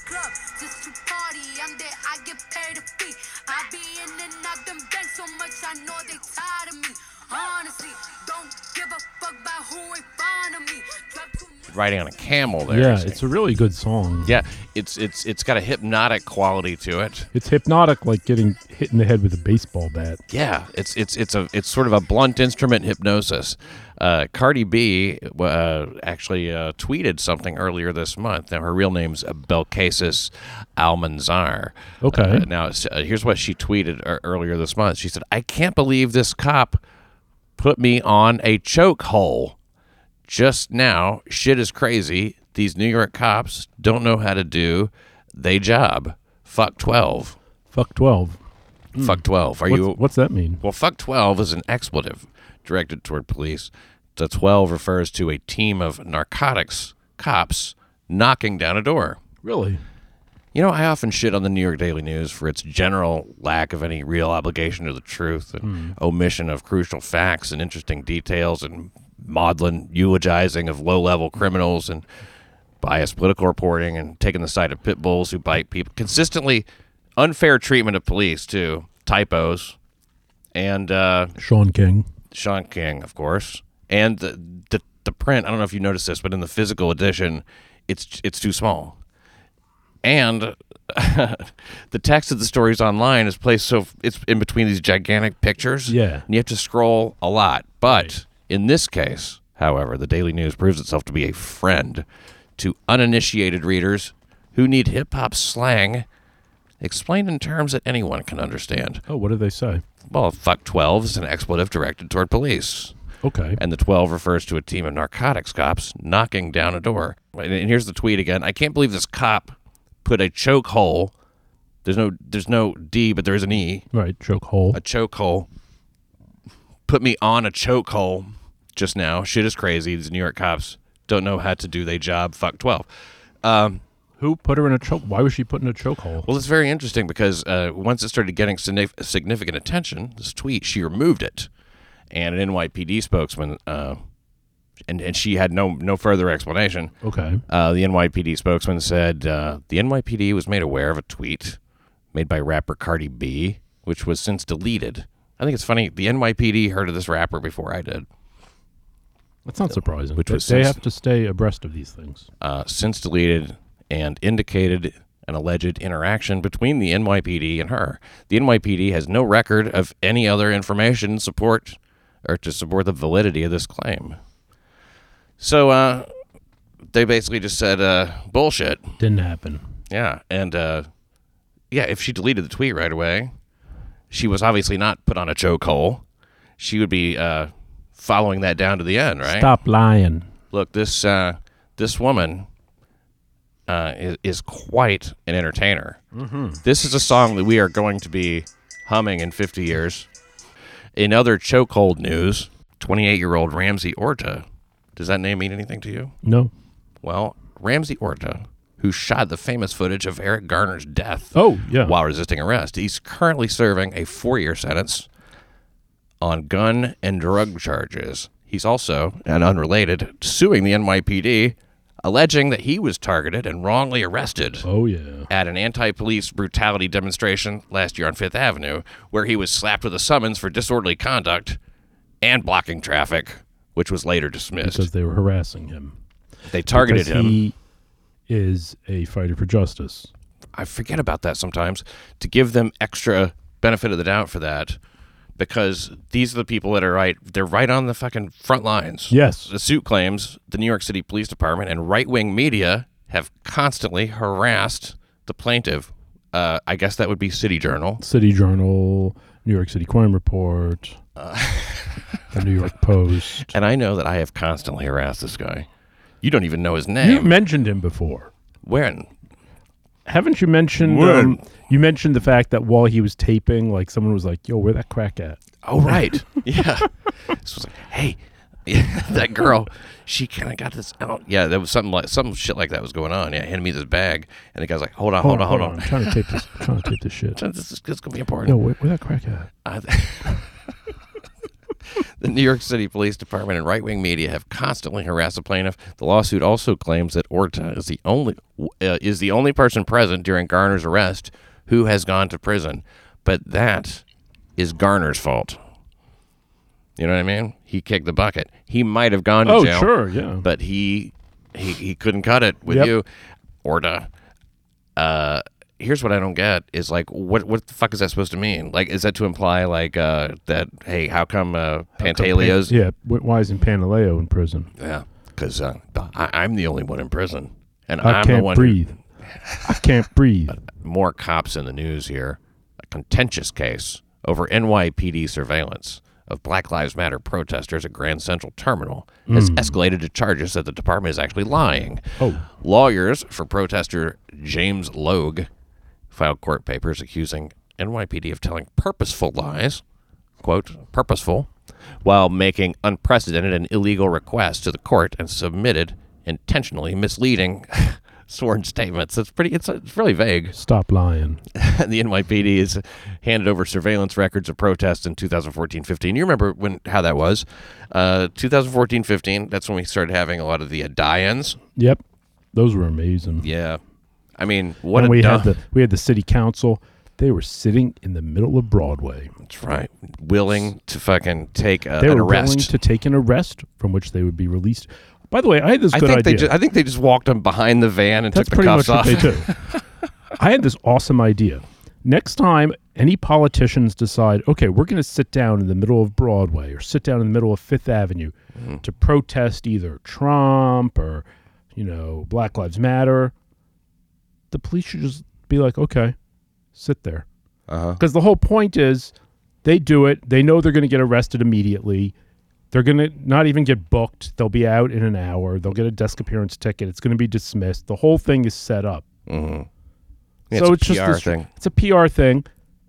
Speaker 4: just to party. I'm there, I get paid to fee. I be in and out them banks so much, I know they tired of me. Honestly, don't give a fuck about who ain't fond of me. Drop too many-
Speaker 1: Riding on a camel there.
Speaker 2: Yeah, it's a really good song.
Speaker 1: yeah, it's it's it's got a hypnotic quality to it.
Speaker 2: It's hypnotic, like getting hit in the head with a baseball bat.
Speaker 1: Yeah, it's it's it's a it's sort of a blunt instrument hypnosis. Uh, Cardi B uh, actually uh, tweeted something earlier this month. Now her real name's Belcasis Almanzar.
Speaker 2: Okay.
Speaker 1: Uh, now s- uh, here's what she tweeted ear- earlier this month. She said, "I can't believe this cop put me on a chokehold just now. Shit is crazy. These New York cops don't know how to do they job. Fuck twelve.
Speaker 2: Fuck twelve.
Speaker 1: Fuck twelve. Are
Speaker 2: Hmm. What's,
Speaker 1: you
Speaker 2: what's that mean?
Speaker 1: well, fuck 12 is an expletive directed toward police. The 12 refers to a team of narcotics cops knocking down a door.
Speaker 2: Really?
Speaker 1: You know, I often shit on the New York Daily News for its general lack of any real obligation to the truth and omission of crucial facts and interesting details and maudlin eulogizing of low level criminals and biased political reporting and taking the side of pit bulls who bite people. Consistently unfair treatment of police, too. Typos. And, uh,
Speaker 2: Sean King.
Speaker 1: Sean King, of course, and the, the the print. I don't know if you noticed this, but in the physical edition, it's it's too small, and the text of the stories online is placed so it's in between these gigantic pictures.
Speaker 2: Yeah.
Speaker 1: and you have to scroll a lot. But in this case, however, the Daily News proves itself to be a friend to uninitiated readers who need hip hop slang explained in terms that anyone can understand.
Speaker 2: Oh, what did they say?
Speaker 1: Well, fuck 12 is an expletive directed toward police
Speaker 2: Okay.
Speaker 1: and the 12 refers to a team of narcotics cops knocking down a door. And, and here's the tweet again. I can't believe this cop put a chokehold. There's no there's no D, but there is an E.
Speaker 2: right. Choke hole.
Speaker 1: A chokehold. Put me on a chokehold just now. Shit is crazy. These New York cops don't know how to do their job. Fuck 12. Um,
Speaker 2: Who put her in a choke? Why was she put in a chokehold?
Speaker 1: well, it's very interesting because uh, once it started getting signif- significant attention, this tweet, she removed it, and an NYPD spokesman, uh, and and she had no no further explanation.
Speaker 2: Okay.
Speaker 1: Uh, the NYPD spokesman said uh, the NYPD was made aware of a tweet made by rapper Cardi B, which was since deleted. I think it's funny. The NYPD heard of this rapper before I did.
Speaker 2: That's not surprising.
Speaker 1: Which
Speaker 2: They-
Speaker 1: was
Speaker 2: they
Speaker 1: since-
Speaker 2: have to stay abreast of these things.
Speaker 1: Uh, since deleted, and indicated an alleged interaction between the NYPD and her. The NYPD has no record of any other information support or to support the validity of this claim. So uh, they basically just said uh, bullshit.
Speaker 2: Didn't happen.
Speaker 1: Yeah, and uh, yeah, if she deleted the tweet right away, she was obviously not put on a chokehold. She would be uh, following that down to the end, right?
Speaker 2: Stop lying.
Speaker 1: Look, this uh, this woman uh, is, is quite an entertainer. Mm-hmm. This is a song that we are going to be humming in 50 years. In other chokehold news, 28-year-old Ramsey Orta. Does that name mean anything to you?
Speaker 2: No.
Speaker 1: Well, Ramsey Orta, who shot the famous footage of Eric Garner's death
Speaker 2: Oh, yeah.
Speaker 1: while resisting arrest, he's currently serving a four year sentence on gun and drug charges. He's also, and unrelated, suing the NYPD, alleging that he was targeted and wrongly arrested
Speaker 2: Oh, yeah.
Speaker 1: at an anti police brutality demonstration last year on Fifth Avenue, where he was slapped with a summons for disorderly conduct and blocking traffic, which was later
Speaker 2: Because
Speaker 1: dismissed.
Speaker 2: they were harassing him.
Speaker 1: They targeted
Speaker 2: Because
Speaker 1: him.
Speaker 2: He is a fighter for justice.
Speaker 1: I forget about that sometimes to give them extra benefit of the doubt for that because these are the people that are right they're right on the fucking front lines.
Speaker 2: Yes.
Speaker 1: The suit claims the New York City Police Department and right-wing media have constantly harassed the plaintiff. Uh, I guess that would be City Journal.
Speaker 2: City Journal, New York City Crime Report,
Speaker 1: Uh.
Speaker 2: the New York Post.
Speaker 1: And I know that I have constantly harassed this guy. You don't even know his
Speaker 2: You
Speaker 1: name.
Speaker 2: mentioned him before.
Speaker 1: when?
Speaker 2: Haven't you mentioned? Um, you mentioned the fact that while he was taping, like someone was like, "Yo, where that crack at?"
Speaker 1: Oh right, yeah. This was like, hey, that girl, she kind of got this out. Yeah, there was something like some shit like that was going on. Yeah, handed me this bag, and the guy's like, hold on, hold on, hold on.
Speaker 2: I'm trying to tape this. I'm trying to tape this shit.
Speaker 1: This is, this is gonna be important.
Speaker 2: Yo, where, where that crack at?
Speaker 1: I- Uh, the New York City Police Department and right wing media have constantly harassed the plaintiff. The lawsuit also claims that Orta is the only uh, is the only person present during Garner's arrest who has gone to prison, but that is Garner's fault. You know what I mean? He kicked the bucket. He might have gone to
Speaker 2: Oh,
Speaker 1: jail,
Speaker 2: sure, yeah.
Speaker 1: but he he, he couldn't cut it with
Speaker 2: Yep.
Speaker 1: you, Orta uh, here's what I don't get is like what what the fuck is that supposed to mean? Like, is that to imply like uh, that hey, how come uh, Pantaleo's
Speaker 2: Yeah. wh- Why isn't Panaleo in prison?
Speaker 1: yeah? Because uh, I, I'm the only one in prison, and
Speaker 2: I
Speaker 1: am the
Speaker 2: can't
Speaker 1: one
Speaker 2: breathe. I can't breathe.
Speaker 1: more cops in the news here. A contentious case over NYPD surveillance of Black Lives Matter protesters at Grand Central Terminal has escalated to charges that the department is actually lying.
Speaker 2: Oh.
Speaker 1: Lawyers for protester James Logue filed court papers accusing NYPD of telling purposeful lies, quote, purposeful, while making unprecedented and illegal requests to the court and submitted intentionally misleading sworn statements. It's pretty, it's, it's really vague
Speaker 2: Stop lying.
Speaker 1: the NYPD has handed over surveillance records of protests in 2014-15. You remember when how that was? Uh, 2014-15. That's when we started having a lot of the uh, die-ins.
Speaker 2: Yep. Those were amazing.
Speaker 1: Yeah, I mean, what
Speaker 2: and
Speaker 1: a
Speaker 2: we
Speaker 1: dumb,
Speaker 2: had the we had the city council. They were sitting in the middle of Broadway.
Speaker 1: that's right, willing to fucking take uh,
Speaker 2: They
Speaker 1: an
Speaker 2: were willing
Speaker 1: arrest.
Speaker 2: to take an arrest from which they would be released. By the way, I had this
Speaker 1: I
Speaker 2: good
Speaker 1: think
Speaker 2: idea.
Speaker 1: they just, I think they just walked him behind the van and
Speaker 2: That's
Speaker 1: took the
Speaker 2: pretty much
Speaker 1: cuffs
Speaker 2: what
Speaker 1: off.
Speaker 2: they do. I had this awesome idea. Next time any politicians decide, okay, we're going to sit down in the middle of Broadway or sit down in the middle of Fifth Avenue
Speaker 1: Mm.
Speaker 2: to protest either Trump or, you know, Black Lives Matter, the police should just be like, okay, sit there.
Speaker 1: Uh-huh.
Speaker 2: Because the whole point is they do it, they know they're going to get arrested immediately. They're going to not even get booked. They'll be out in an hour. They'll get a desk appearance ticket. It's going to be dismissed. The whole thing is set up.
Speaker 1: Yeah,
Speaker 2: so
Speaker 1: it's
Speaker 2: it's,
Speaker 1: a
Speaker 2: just
Speaker 1: PR
Speaker 2: this-
Speaker 1: thing.
Speaker 2: It's a PR thing.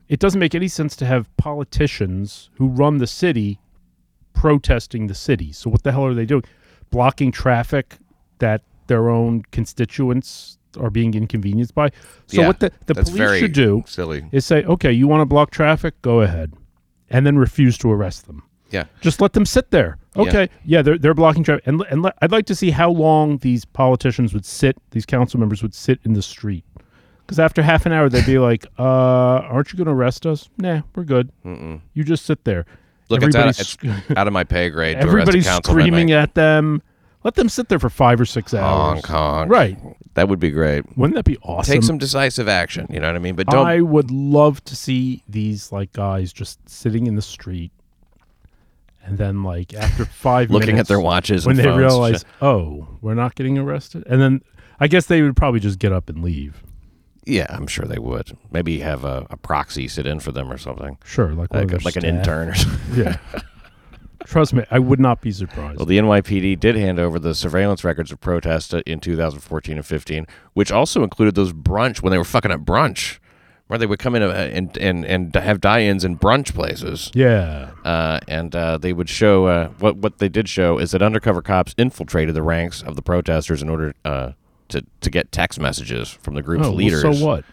Speaker 2: It doesn't make any sense to have politicians who run the city protesting the city. So what the hell are they doing? Blocking traffic that their own constituents are being inconvenienced by. So
Speaker 1: Yeah,
Speaker 2: what the the
Speaker 1: that's
Speaker 2: police
Speaker 1: very
Speaker 2: should do
Speaker 1: silly.
Speaker 2: is say, okay, you want to block traffic? Go ahead. And then refuse to arrest them.
Speaker 1: Yeah,
Speaker 2: Just let them sit there.
Speaker 1: Yeah.
Speaker 2: Okay. Yeah, they're, they're blocking traffic. And, and le- I'd like to see how long these politicians would sit, these council members would sit in the street. Because after half an hour, they'd be like, uh, aren't you going to arrest us? Nah, we're good. Mm-mm. You just sit there.
Speaker 1: look, it's out,
Speaker 2: everybody's
Speaker 1: of, it's out of my pay grade. to arrest a
Speaker 2: everybody's
Speaker 1: councilman,
Speaker 2: screaming
Speaker 1: mate.
Speaker 2: at them. Let them sit there for five or six hours.
Speaker 1: Hong Kong.
Speaker 2: Right.
Speaker 1: That would be great.
Speaker 2: Wouldn't that be awesome?
Speaker 1: Take some decisive action. You know what I mean? But don't.
Speaker 2: I would love to see these like guys just sitting in the street, and then like after five
Speaker 1: Looking at
Speaker 2: minutes,
Speaker 1: their watches
Speaker 2: when
Speaker 1: and
Speaker 2: they
Speaker 1: phones.
Speaker 2: realize, oh, we're not getting arrested, and then I guess they would probably just get up and leave.
Speaker 1: yeah, I'm sure they would. Maybe have a, a proxy sit in for them or something,
Speaker 2: Sure, like one
Speaker 1: like,
Speaker 2: of their
Speaker 1: like an
Speaker 2: staff.
Speaker 1: intern or something.
Speaker 2: Yeah. Trust me, I would not be surprised.
Speaker 1: Well, the NYPD did hand over the surveillance records of protests in 2014 and 15, which also included those brunch when they were fucking at brunch, where they would come in uh, and and and have die-ins in brunch places,
Speaker 2: yeah.
Speaker 1: uh, and uh, they would show uh, what what they did show is that undercover cops infiltrated the ranks of the protesters in order uh, to to get text messages from the group's
Speaker 2: Oh, well,
Speaker 1: leaders.
Speaker 2: so what?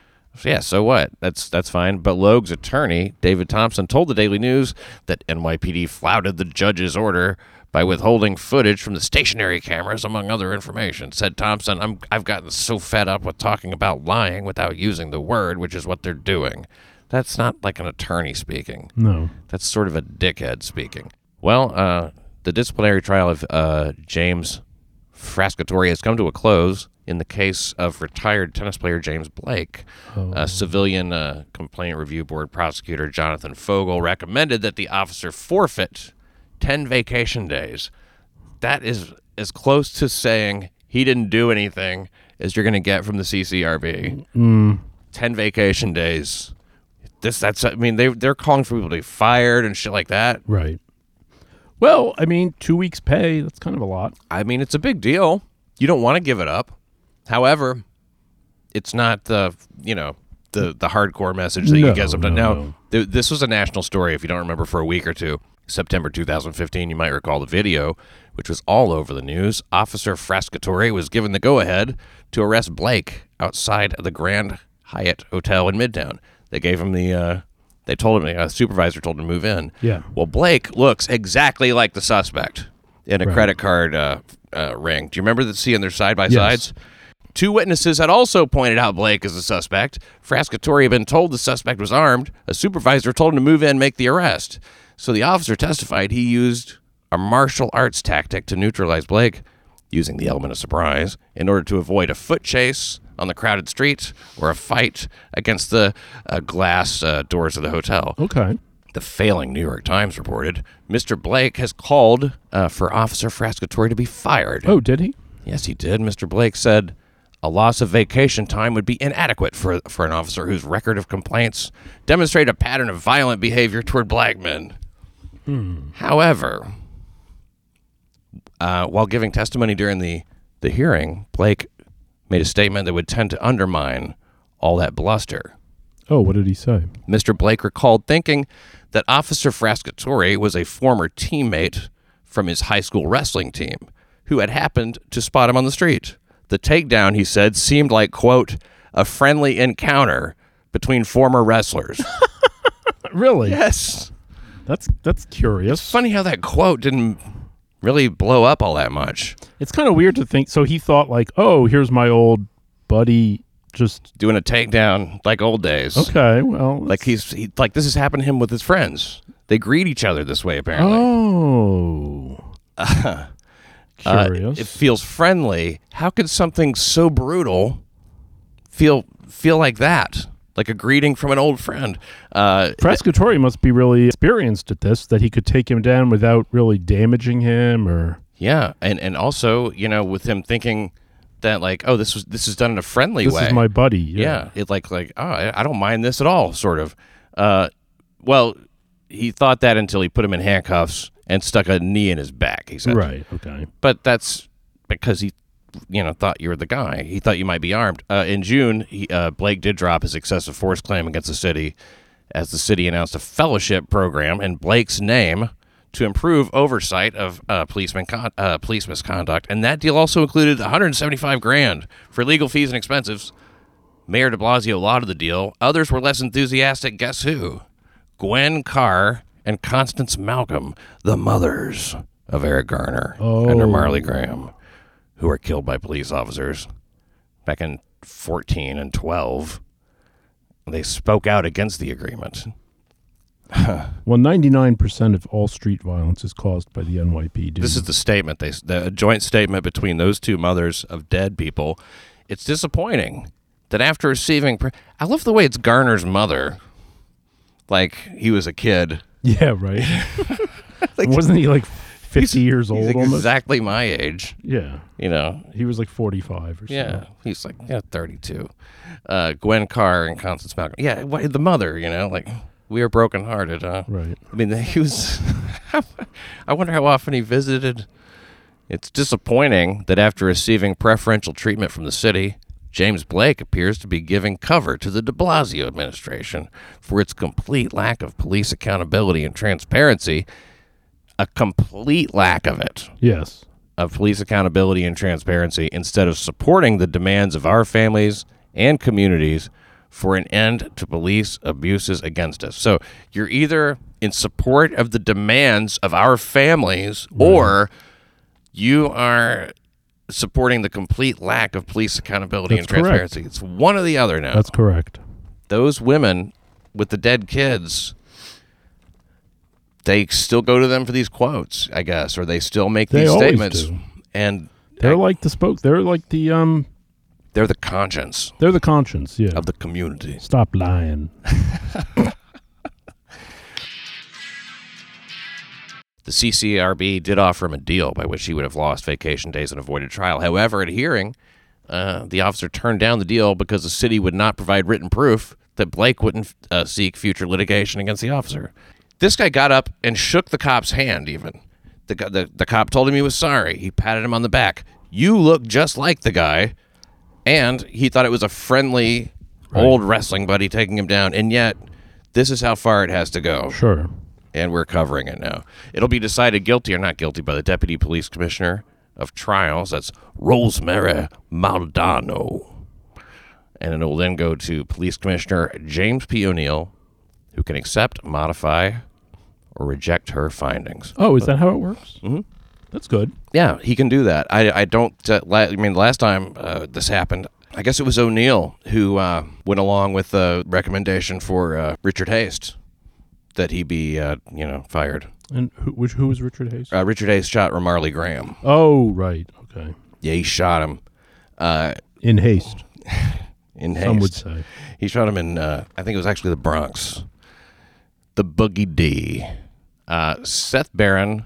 Speaker 1: Yeah, so what? That's that's fine. But Loge's attorney, David Thompson, told the Daily News that NYPD flouted the judge's order by withholding footage from the stationary cameras, among other information. Said Thompson, I'm, I've gotten so fed up with talking about lying without using the word, which is what they're doing. That's not like an attorney speaking.
Speaker 2: No.
Speaker 1: That's sort of a dickhead speaking. Well, uh, the disciplinary trial of uh, James Frascatori has come to a close in the case of retired tennis player James Blake. A civilian uh, complaint review board prosecutor Jonathan Fogel recommended that the officer forfeit 10 vacation days. That is as close to saying he didn't do anything as you're going to get from the CCRB. 10 vacation days this that's I mean they they're calling for people to be fired and shit like that.
Speaker 2: Right. Well, I mean, two weeks' pay, that's kind of a lot.
Speaker 1: I mean it's a big deal. You don't want to give it up. However, it's not the you know the the hardcore message that
Speaker 2: No,
Speaker 1: you get sometimes. now
Speaker 2: no, no.
Speaker 1: th- this was a national story. If you don't remember, for a week or two, September 2015, you might recall the video, which was all over the news. Officer Frascatore was given the go ahead to arrest Blake outside of the Grand Hyatt Hotel in Midtown. They gave him the. Uh, they told him a supervisor told him to move in.
Speaker 2: Yeah.
Speaker 1: Well, Blake looks exactly like the suspect in a credit card uh, uh, ring. Do you remember the seeing their side by sides? Two witnesses had also pointed out Blake as a suspect. Frascatori had been told the suspect was armed. A supervisor told him to move in and make the arrest. So the officer testified he used a martial arts tactic to neutralize Blake, using the element of surprise, in order to avoid a foot chase on the crowded street or a fight against the uh, glass uh, doors of the hotel.
Speaker 2: Okay.
Speaker 1: The failing New York Times reported Mr. Blake has called uh, for Officer Frascatori to be fired.
Speaker 2: Oh, did he?
Speaker 1: Yes, he did. Mr. Blake said a loss of vacation time would be inadequate for, for an officer whose record of complaints demonstrate a pattern of violent behavior toward black men. However, uh, while giving testimony during the, the hearing, Blake made a statement that would tend to undermine all that bluster.
Speaker 2: Oh, what did he say?
Speaker 1: Mr. Blake recalled thinking that Officer Frascatori was a former teammate from his high school wrestling team who had happened to spot him on the street. The takedown, he said, seemed like, quote, a friendly encounter between former wrestlers.
Speaker 2: Really?
Speaker 1: yes.
Speaker 2: That's that's curious.
Speaker 1: Funny how that quote didn't really blow up all that much.
Speaker 2: It's kind of weird to think. So he thought like, oh, here's my old buddy. Just
Speaker 1: Doing a takedown like old days.
Speaker 2: okay. Well,
Speaker 1: Like he's
Speaker 2: that's-
Speaker 1: he, like this has happened to him with his friends. They greet each other this way apparently.
Speaker 2: Oh.
Speaker 1: Uh,
Speaker 2: Curious.
Speaker 1: it feels friendly. How could something so brutal feel feel like that? Like a greeting from an old friend. Uh,
Speaker 2: Frascatori must be really experienced at this, that he could take him down without really damaging him, or
Speaker 1: yeah, and and also you know with him thinking that like oh this was this is done in a friendly
Speaker 2: this
Speaker 1: way.
Speaker 2: is my buddy.
Speaker 1: yeah. it like like oh I, I don't mind this at all sort of. Uh, well, he thought that until he put him in handcuffs and stuck a knee in his back. He said
Speaker 2: Right. Okay.
Speaker 1: but that's because he you know thought you were the guy he thought you might be armed uh, in june he, uh, blake did drop his excessive force claim against the city as the city announced a fellowship program in blake's name to improve oversight of uh, policeman con- uh, police misconduct and that deal also included 175 grand for legal fees and expenses mayor de blasio lauded the deal others were less enthusiastic guess who gwen carr and constance malcolm the mothers of eric garner under marley graham who were killed by police officers back in 14 and 12. They spoke out against the agreement.
Speaker 2: Well, 99% of all street violence is caused by the NYPD.
Speaker 1: This is the statement they the joint statement between those two mothers of dead people. It's disappointing that after receiving, pre- I love the way it's Garner's mother, like he was a kid.
Speaker 2: yeah, right. Wasn't he like 50 years old
Speaker 1: He's like
Speaker 2: almost?
Speaker 1: exactly my age.
Speaker 2: yeah.
Speaker 1: You know,
Speaker 2: He was like 45 or something.
Speaker 1: Yeah, he's like yeah, thirty-two. Uh, Gwen Carr and Constance Malcolm. Yeah, wh- the mother. You know, like we are brokenhearted. Huh?
Speaker 2: Right.
Speaker 1: I mean, he was. I wonder how often he visited. It's disappointing that after receiving preferential treatment from the city, James Blake appears to be giving cover to the de Blasio administration for its complete lack of police accountability and transparency. A complete lack of it
Speaker 2: Yes.
Speaker 1: of police accountability and transparency instead of supporting the demands of our families and communities for an end to police abuses against us. So you're either in support of the demands of our families
Speaker 2: Mm-hmm.
Speaker 1: or you are supporting the complete lack of police accountability
Speaker 2: That's
Speaker 1: and
Speaker 2: correct.
Speaker 1: transparency. It's one or the other now.
Speaker 2: That's correct.
Speaker 1: Those women with the dead kids they still go to them for these quotes, I guess, or they still make
Speaker 2: They
Speaker 1: these
Speaker 2: always
Speaker 1: statements.
Speaker 2: do.
Speaker 1: And
Speaker 2: They're like the spoke. They're like the um.
Speaker 1: They're the conscience
Speaker 2: They're the conscience. Yeah.
Speaker 1: of the community.
Speaker 2: Stop lying.
Speaker 1: The CCRB did offer him a deal by which he would have lost vacation days and avoided trial. However, at a hearing, uh, the officer turned down the deal because the city would not provide written proof that Blake wouldn't uh, seek future litigation against the officer. This guy got up and shook the cop's hand, even. The, gu- the, the cop told him he was sorry. He patted him on the back. You look just like the guy. And he thought it was a friendly old wrestling buddy taking him down. And yet, this is how far it has to go.
Speaker 2: Sure.
Speaker 1: and we're covering it now. It'll be decided guilty or not guilty by the Deputy Police Commissioner of Trials. That's Rosemary Maldonado. And it will then go to Police Commissioner James P. O'Neill, who can accept, modify, or reject her findings.
Speaker 2: Oh, is that how it works? Mm-hmm. That's good.
Speaker 1: Yeah, he can do that. I, I don't. Uh, la- I mean, last time uh, this happened, I guess it was O'Neill who uh, went along with the recommendation for uh, Richard Haste that he be, uh, you know, fired.
Speaker 2: And who, which who was Richard Hayes?
Speaker 1: uh, Richard Hayes shot Romarley Graham.
Speaker 2: oh, right. Okay.
Speaker 1: Yeah, he shot him uh,
Speaker 2: In haste,
Speaker 1: in
Speaker 2: some would
Speaker 1: haste.
Speaker 2: say.
Speaker 1: He shot him in, uh, I think it was actually the Bronx. The Boogie D. Uh, Seth Barron,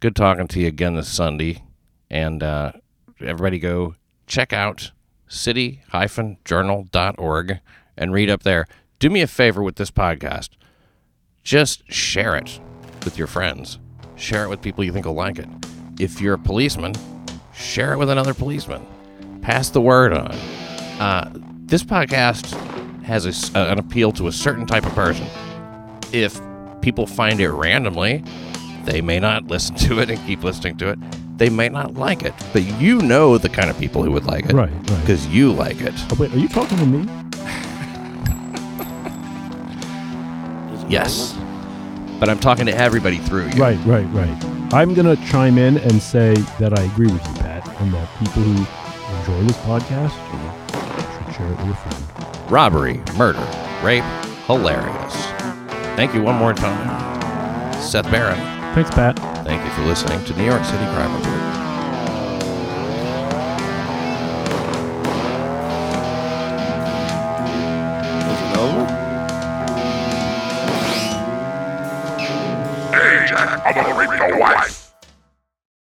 Speaker 1: good talking to you again this Sunday. And uh, everybody go check out city-journal.org and read up there. Do me a favor with this podcast. Just share it with your friends. Share it with people you think will like it. If you're a policeman, share it with another policeman. Pass the word on. Uh, this podcast has a s uh, an appeal to a certain type of person. If people find it randomly, they may not listen to it and keep listening to it. They may not like it, but you know the kind of people who would like it,
Speaker 2: Right, right.
Speaker 1: Because you like it.
Speaker 2: Oh, wait, are you talking to me?
Speaker 1: Yes. But I'm talking to everybody through you.
Speaker 2: Right, right, right. I'm gonna chime in and say that I agree with you, Pat, and that people who enjoy this podcast
Speaker 1: Mm-hmm.
Speaker 2: should share it with a friend.
Speaker 1: robbery, murder, rape, hilarious. Thank you one more time. Seth Barron,
Speaker 2: Thanks, Pat.
Speaker 1: thank you for listening to New York City Crime Report.
Speaker 3: Hey, Jack, I'm gonna rape your wife.